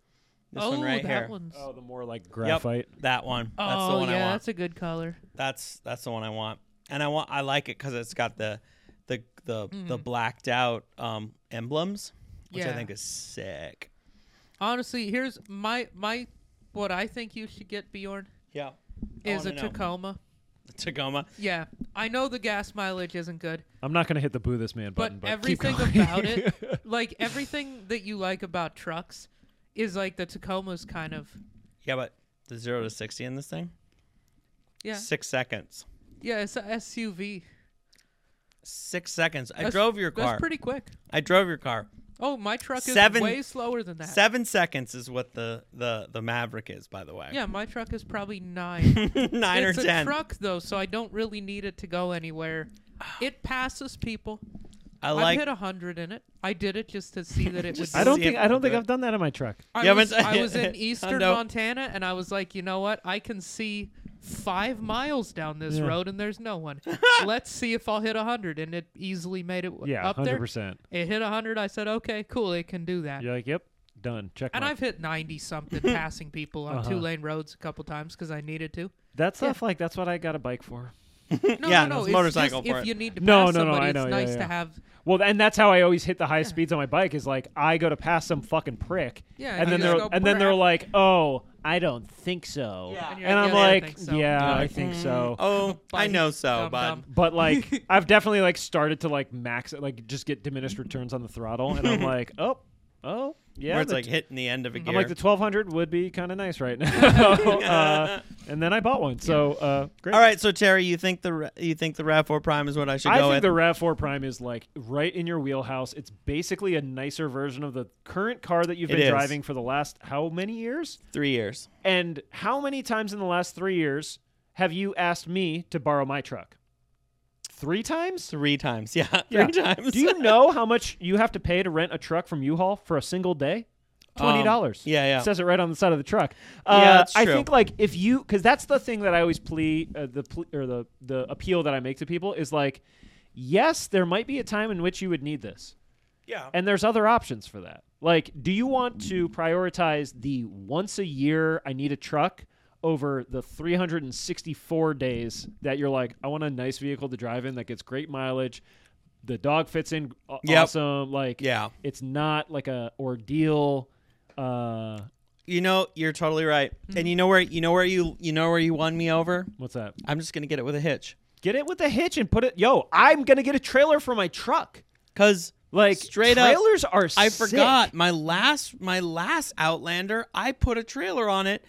Speaker 5: This
Speaker 3: oh,
Speaker 5: one right
Speaker 3: that
Speaker 5: here.
Speaker 3: one's.
Speaker 4: Oh, the more like
Speaker 5: Yep,
Speaker 4: graphite.
Speaker 5: that one. That's
Speaker 3: oh
Speaker 5: the one
Speaker 3: yeah,
Speaker 5: I want.
Speaker 3: that's a good color.
Speaker 5: That's that's the one I want, and I want I like it because it's got the the the the blacked out um, emblems, which I
Speaker 3: Mm. Yeah.
Speaker 5: think is sick.
Speaker 3: Honestly, here's my my what I think you should get Bjorn
Speaker 5: Yeah, Oh,
Speaker 3: is a Tacoma.
Speaker 5: Tacoma.
Speaker 3: Yeah, I know the gas mileage isn't good,
Speaker 4: I'm not gonna hit the boo this man
Speaker 3: but,
Speaker 4: button, but, keep
Speaker 3: everything
Speaker 4: going.
Speaker 3: about it, like everything that you like about trucks, is like the Tacoma's kind of
Speaker 5: Yeah, but the zero to sixty in this thing,
Speaker 3: yeah
Speaker 5: six seconds.
Speaker 3: yeah it's a SUV.
Speaker 5: Six seconds. I
Speaker 3: That's-
Speaker 5: drove your car.
Speaker 3: That's pretty quick.
Speaker 5: I drove your car.
Speaker 3: Oh, my truck is
Speaker 5: Seven-
Speaker 3: way slower than that.
Speaker 5: Seven seconds is what the the the Maverick is, by the way.
Speaker 3: Yeah, my truck is probably nine.
Speaker 5: nine
Speaker 3: it's
Speaker 5: or
Speaker 3: a
Speaker 5: ten.
Speaker 3: truck though, so I don't really need it to go anywhere. It passes people.
Speaker 5: I
Speaker 3: I've
Speaker 5: like.
Speaker 3: hit a hundred in it. I did it just to see that it would.
Speaker 5: Just
Speaker 3: do
Speaker 4: I don't
Speaker 5: See
Speaker 4: think
Speaker 5: if
Speaker 4: I don't
Speaker 5: we'll
Speaker 4: think
Speaker 5: do
Speaker 4: I've done that in my truck.
Speaker 3: I,
Speaker 5: You haven't-
Speaker 3: was, I was in eastern
Speaker 5: Hundo.
Speaker 3: Montana and I was like, you know what? I can see five miles down this
Speaker 4: Yeah.
Speaker 3: road and there's no one. Let's see if I'll hit 100. And it easily made it w-
Speaker 4: Yeah,
Speaker 3: up
Speaker 4: hundred
Speaker 3: there.
Speaker 4: percent.
Speaker 3: It hit 100. I said, okay, cool. It can do that.
Speaker 4: You're like, yep, done. Check.
Speaker 3: And
Speaker 4: mark.
Speaker 3: I've hit 90 something passing people on
Speaker 4: Uh-huh.
Speaker 3: two lane roads a couple times because I needed to.
Speaker 4: that stuff like that's what I got a bike for.
Speaker 3: No,
Speaker 5: Yeah,
Speaker 3: no,
Speaker 5: no,
Speaker 3: no.
Speaker 5: it's
Speaker 3: It's
Speaker 5: motorcycle
Speaker 3: just
Speaker 5: part.
Speaker 3: If you need to pass
Speaker 4: No, no, no,
Speaker 3: somebody,
Speaker 4: I know,
Speaker 3: it's
Speaker 4: yeah,
Speaker 3: nice
Speaker 4: yeah.
Speaker 3: to have.
Speaker 4: Well, and that's how I always hit the high speeds on my bike. Is like I go to pass some fucking prick,
Speaker 3: Yeah,
Speaker 4: and
Speaker 3: you
Speaker 4: then
Speaker 3: just
Speaker 4: they're
Speaker 3: go,
Speaker 4: and then they're
Speaker 3: "Brap."
Speaker 4: like, "Oh, I don't think so,"
Speaker 5: Yeah. And
Speaker 3: you're
Speaker 4: and
Speaker 3: like, "Yeah, I think so."
Speaker 4: I'm like, "Yeah,
Speaker 3: You're
Speaker 4: I
Speaker 3: like,
Speaker 4: think so."
Speaker 5: Oh, I
Speaker 3: Bye,
Speaker 5: know so,
Speaker 3: dumb,
Speaker 5: bud.
Speaker 3: dumb.
Speaker 4: But like, I've definitely like started to like max, like just get diminished returns on the throttle, and I'm like, "Oh, oh, yeah."
Speaker 5: Where it's
Speaker 4: the
Speaker 5: like hitting the end of a gear.
Speaker 4: I'm like the 1200 would be kind of nice right now, uh, and then I bought one, so uh, great.
Speaker 5: All right, so Terry, you think the Ra- you think the Rav Four Prime is what I should
Speaker 4: I
Speaker 5: go
Speaker 4: think
Speaker 5: with?
Speaker 4: the Rav4 Prime is like right in your wheelhouse. It's basically a nicer version of the current car that you've
Speaker 5: It
Speaker 4: been
Speaker 5: is.
Speaker 4: driving for the last how many years?
Speaker 5: Three years.
Speaker 4: And how many times in the last three years have you asked me to borrow my truck? Three times?
Speaker 5: Three times. Yeah, three
Speaker 4: Yeah.
Speaker 5: times.
Speaker 4: Do you know how much you have to pay to rent a truck from U-Haul for a single day? Twenty dollars.
Speaker 5: Um, yeah, yeah.
Speaker 4: Says it right on the side of the truck. Uh,
Speaker 5: Yeah, that's
Speaker 4: I
Speaker 5: true.
Speaker 4: think like if you, because that's the thing that I always plea, uh, the ple- or the the appeal that I make to people is like, yes, there might be a time in which you would need this,
Speaker 5: yeah.
Speaker 4: and there's other options for that. Like, do you want to prioritize the once a year I need a truck over the 364 days that you're like, I want a nice vehicle to drive in that gets great mileage, the dog fits in a-
Speaker 5: Yep.
Speaker 4: awesome, like
Speaker 5: Yeah.
Speaker 4: it's not like a ordeal. Uh,
Speaker 5: You know, you're totally right.
Speaker 3: Hmm.
Speaker 5: And you know where you know where you you know where you won me over?
Speaker 4: what's that?
Speaker 5: I'm just gonna get it with a hitch.
Speaker 4: Get it with a hitch and put it. Yo, I'm gonna get a trailer for my truck.
Speaker 5: Cause
Speaker 4: Like
Speaker 5: Straight up,
Speaker 4: trailers are.
Speaker 5: I
Speaker 4: sick.
Speaker 5: forgot my last my last Outlander, I put a trailer on it.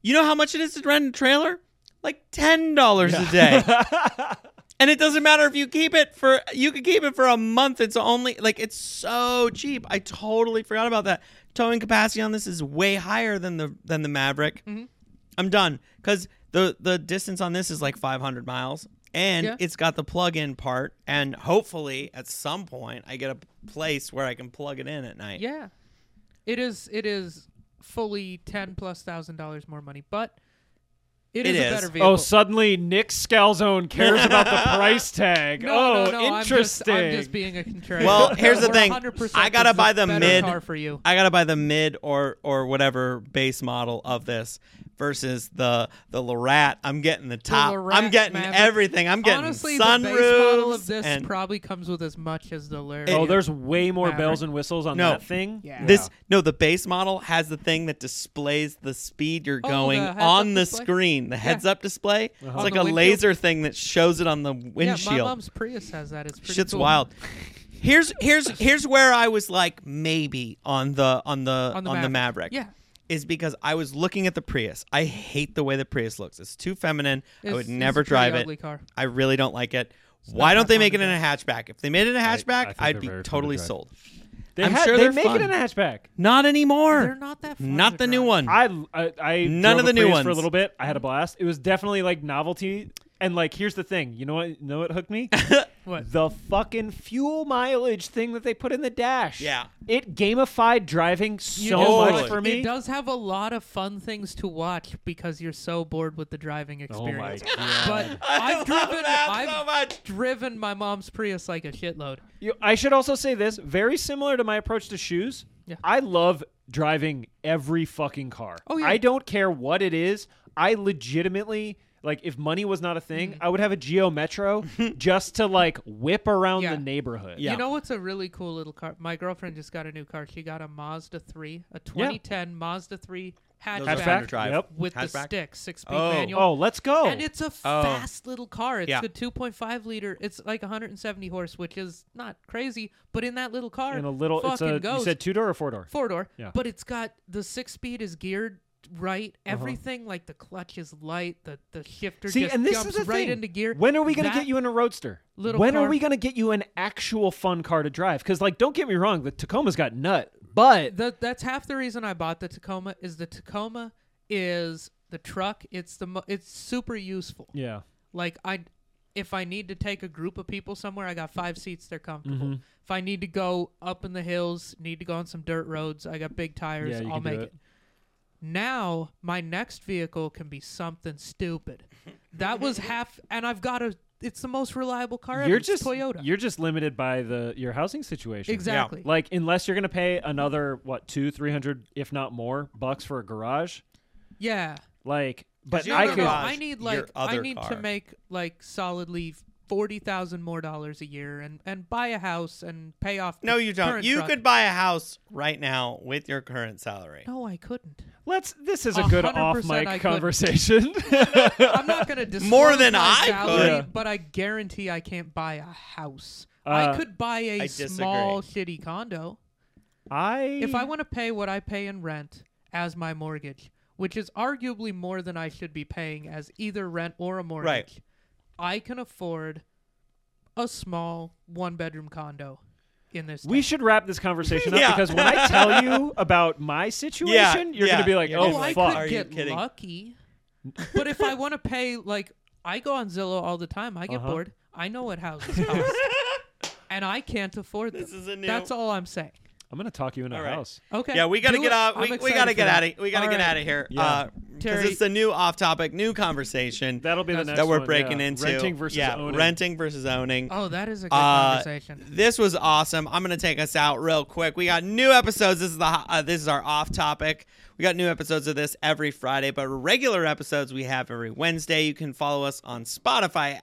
Speaker 5: You know how much it is to rent a trailer? Like ten dollars a day. and it doesn't matter if you keep it for you can keep it for a month. It's only like it's so cheap. I totally forgot about that. Towing capacity on this is way higher than the than the Maverick.
Speaker 4: Mm-hmm.
Speaker 5: I'm done because the the distance on this is like 500 miles, and
Speaker 3: Yeah.
Speaker 5: it's got the plug-in part, and hopefully at some point I get a place where I can plug it in at night.
Speaker 3: Yeah, it is. It is fully ten plus thousand dollars more money, but
Speaker 5: It
Speaker 3: is,
Speaker 5: is.
Speaker 3: a better vehicle.
Speaker 4: Oh, suddenly Nick Scalzone cares about the price tag.
Speaker 3: No,
Speaker 4: oh,
Speaker 3: no, no, I'm just-
Speaker 4: interesting.
Speaker 3: I'm just, being a contrarian.
Speaker 5: Well, here's the
Speaker 3: We're
Speaker 5: thing.
Speaker 3: 100%
Speaker 5: I gotta
Speaker 3: this is
Speaker 5: buy the
Speaker 3: a better
Speaker 5: mid-
Speaker 3: car for you.
Speaker 5: I gotta buy the mid or or whatever base model of this versus the the Lorat. I'm getting the top.
Speaker 3: Lorat
Speaker 5: I'm getting
Speaker 3: Maverick.
Speaker 5: everything. I'm getting
Speaker 3: Honestly,
Speaker 5: sunroofs.
Speaker 3: the base model of this
Speaker 5: and
Speaker 3: probably comes with as much as the Lyric.
Speaker 4: oh, there's way more
Speaker 3: Maverick.
Speaker 4: bells and whistles on
Speaker 5: No.
Speaker 4: that thing.
Speaker 3: Yeah.
Speaker 5: this no, the base model has the thing that displays the speed you're
Speaker 3: Oh,
Speaker 5: going
Speaker 3: the heads-up
Speaker 5: on the
Speaker 3: display?
Speaker 5: screen, the heads-up display. It's
Speaker 3: On
Speaker 5: like
Speaker 3: the
Speaker 5: a
Speaker 3: windshield?
Speaker 5: laser thing that shows it on the
Speaker 3: yeah,
Speaker 5: windshield.
Speaker 3: my mom's Prius has that. It's pretty
Speaker 5: Shit's
Speaker 3: cool.
Speaker 5: wild. Here's here's here's where I was like maybe on the on the on the, Maverick.
Speaker 3: Yeah,
Speaker 5: is because I was looking at the Prius. I hate the way the Prius looks. It's too feminine. I
Speaker 3: It's-
Speaker 5: would
Speaker 3: it's
Speaker 5: never
Speaker 3: a pretty
Speaker 5: drive
Speaker 3: ugly
Speaker 5: it.
Speaker 3: car.
Speaker 5: I really don't like it. Why
Speaker 3: not
Speaker 5: don't they
Speaker 3: fun
Speaker 5: make
Speaker 3: to
Speaker 5: it in a hatchback? If they made it in a hatchback,
Speaker 4: think
Speaker 5: I'd
Speaker 4: they're
Speaker 5: be
Speaker 4: very fun to
Speaker 5: totally
Speaker 4: drive.
Speaker 5: sold.
Speaker 4: They
Speaker 5: I'm
Speaker 4: had-
Speaker 5: sure
Speaker 4: they
Speaker 5: they're
Speaker 4: make
Speaker 5: fun.
Speaker 4: it in a hatchback.
Speaker 5: Not
Speaker 3: they're
Speaker 5: anymore.
Speaker 3: not that. Fun
Speaker 5: Not
Speaker 3: to
Speaker 5: the
Speaker 3: drive.
Speaker 5: new one.
Speaker 4: I I, I
Speaker 5: None
Speaker 4: drove
Speaker 5: of
Speaker 4: a
Speaker 5: the new
Speaker 4: Prius for a
Speaker 5: ones.
Speaker 4: little bit. I had a blast. It was definitely like novelty. And like, here's the thing. You know what? You know what hooked me?
Speaker 3: What?
Speaker 4: the fucking fuel mileage thing that they put in the dash.
Speaker 5: Yeah.
Speaker 4: It gamified driving
Speaker 3: You
Speaker 4: so
Speaker 3: know
Speaker 5: Totally.
Speaker 4: much
Speaker 3: what?
Speaker 4: for
Speaker 3: It
Speaker 4: me.
Speaker 3: does have a lot of fun things to watch because you're so bored with the driving
Speaker 4: Oh my
Speaker 3: experience.
Speaker 4: god!
Speaker 3: But
Speaker 5: I
Speaker 3: I've
Speaker 5: love
Speaker 3: driven
Speaker 5: that
Speaker 3: I've
Speaker 5: so much.
Speaker 3: driven my mom's Prius like a shitload.
Speaker 4: You- I should also say this very similar to my approach to shoes.
Speaker 3: Yeah.
Speaker 4: I love driving every fucking car.
Speaker 3: Oh, yeah.
Speaker 4: I don't care what it is. I legitimately like if money was not a thing,
Speaker 3: Mm-hmm.
Speaker 4: I would have a Geo Metro just to like whip around
Speaker 3: Yeah.
Speaker 4: the neighborhood.
Speaker 5: Yeah.
Speaker 3: You know what's a really cool little car? My girlfriend just got a new car. She got a Mazda 3, a 2010 Mazda 3
Speaker 5: Those
Speaker 3: hatchback
Speaker 5: are fun to
Speaker 4: Hatchback?
Speaker 5: drive.
Speaker 4: Yep.
Speaker 3: with the
Speaker 5: Hatchback?
Speaker 3: stick, six-speed
Speaker 5: Oh.
Speaker 3: manual.
Speaker 4: Oh, let's go.
Speaker 3: And it's a fast little car. It's
Speaker 5: Yeah.
Speaker 3: a 2.5 liter. It's like 170 horse, which is not crazy, but in that little car,
Speaker 4: in a little it's
Speaker 3: fucking
Speaker 4: a
Speaker 3: goes
Speaker 4: you said two door or four door?
Speaker 3: four door.
Speaker 4: Yeah.
Speaker 3: But it's got the six speed is geared right. Everything like the clutch is light. The the shifter
Speaker 4: Uh-huh. See,
Speaker 3: just
Speaker 4: and this
Speaker 3: jumps
Speaker 4: is the
Speaker 3: right
Speaker 4: thing.
Speaker 3: into gear.
Speaker 4: When are we going to
Speaker 3: That-
Speaker 4: get you in a roadster?
Speaker 3: little
Speaker 4: when are
Speaker 3: car-
Speaker 4: we going to get you an actual fun car to drive? Because, like, don't get me wrong, the Tacoma's got nut, but
Speaker 3: The, that's half the reason I bought the Tacoma. Is the Tacoma is the truck. It's the mo- it's super useful.
Speaker 4: yeah,
Speaker 3: Like I, if I need to take a group of people somewhere, I got five seats. They're comfortable.
Speaker 4: Mm-hmm.
Speaker 3: If I need to go up in the hills, need to go on some dirt roads, I got big tires.
Speaker 4: Yeah, you
Speaker 3: I'll
Speaker 4: can do
Speaker 3: make
Speaker 4: it.
Speaker 3: it. Now my next vehicle can be something stupid. That was half, and I've got a. It's the most reliable car ever.
Speaker 4: you're
Speaker 3: It's
Speaker 4: just
Speaker 3: Toyota.
Speaker 4: You're just limited by the your housing situation.
Speaker 3: exactly.
Speaker 4: Like, unless you're going to pay another what two, three hundred, if not more, bucks for a garage.
Speaker 3: yeah.
Speaker 4: Like, but
Speaker 5: you
Speaker 4: I
Speaker 5: have
Speaker 4: could.
Speaker 5: a
Speaker 3: no,
Speaker 5: garage,
Speaker 3: I need
Speaker 5: your
Speaker 3: like I
Speaker 5: other
Speaker 3: need to
Speaker 5: car.
Speaker 3: make like solidly forty thousand more dollars a year and and buy a house and pay off. the
Speaker 5: No, you don't.
Speaker 3: current
Speaker 5: You
Speaker 3: truck.
Speaker 5: could buy a house right now with your current salary.
Speaker 3: No, I couldn't.
Speaker 4: Let's. This is a good
Speaker 3: 100%
Speaker 4: off
Speaker 3: I
Speaker 4: mic
Speaker 3: could.
Speaker 4: conversation.
Speaker 3: I'm not going to disclose
Speaker 5: More than
Speaker 3: my
Speaker 5: I
Speaker 3: salary,
Speaker 4: could. Yeah.
Speaker 3: but I guarantee I can't buy a house.
Speaker 4: Uh,
Speaker 3: I could buy a
Speaker 5: I disagree.
Speaker 3: small shitty condo.
Speaker 4: I.
Speaker 3: If I want to pay what I pay in rent as my mortgage, which is arguably more than I should be paying as either rent or a mortgage, I can afford a small one bedroom condo in this.
Speaker 4: We
Speaker 3: town.
Speaker 4: should wrap this conversation up
Speaker 5: Yeah.
Speaker 4: because when I tell you about my situation, you're
Speaker 5: yeah.
Speaker 4: gonna be like,
Speaker 5: You're
Speaker 4: "Oh
Speaker 5: gonna
Speaker 3: oh, I
Speaker 5: like,
Speaker 4: fuck!"
Speaker 5: Are
Speaker 3: could
Speaker 5: you
Speaker 3: get
Speaker 5: kidding?
Speaker 3: lucky. but if I want to pay, like, I go on Zillow all the time. I get
Speaker 4: Uh-huh.
Speaker 3: bored. I know what houses cost, and I can't afford them.
Speaker 5: This is a new-
Speaker 3: That's all I'm saying.
Speaker 4: I'm gonna talk you into
Speaker 5: All
Speaker 4: a
Speaker 5: right.
Speaker 4: house.
Speaker 3: Okay.
Speaker 5: Yeah, we gotta
Speaker 3: do
Speaker 5: get
Speaker 3: it.
Speaker 5: out.
Speaker 3: I'm
Speaker 5: We, we
Speaker 3: excited
Speaker 5: gotta
Speaker 3: for
Speaker 5: get
Speaker 3: that.
Speaker 5: out of. We gotta
Speaker 3: All
Speaker 5: get
Speaker 3: right.
Speaker 5: out of here.
Speaker 4: Yeah.
Speaker 5: Uh 'cause
Speaker 3: Terry-
Speaker 5: it's a new off-topic, new conversation
Speaker 4: That'll be the next
Speaker 5: that we're
Speaker 4: one,
Speaker 5: breaking
Speaker 4: yeah.
Speaker 5: into.
Speaker 4: renting versus
Speaker 5: yeah,
Speaker 4: owning.
Speaker 5: renting versus owning.
Speaker 3: Oh, that is a good
Speaker 5: Uh,
Speaker 3: conversation.
Speaker 5: This was awesome. I'm gonna take us out real quick. We got new episodes. This is the ho- uh, this is our off topic. We got new episodes of this every Friday, but regular episodes we have every Wednesday. You can follow us on Spotify.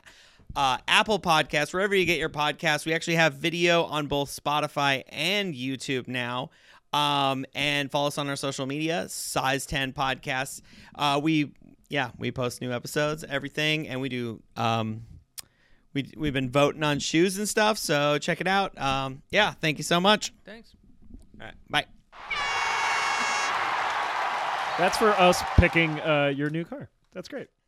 Speaker 5: Uh, Apple Podcasts, wherever you get your podcasts. We actually have video on both Spotify and YouTube now. Um, and follow us on our social media, Size 10 Podcasts. Uh, we, yeah, we post new episodes, everything, and we do um, we we've been voting on shoes and stuff, so check it out. Um, yeah, thank you so much.
Speaker 3: Thanks.
Speaker 5: All right, bye.
Speaker 4: That's for us picking uh, your new car. That's great.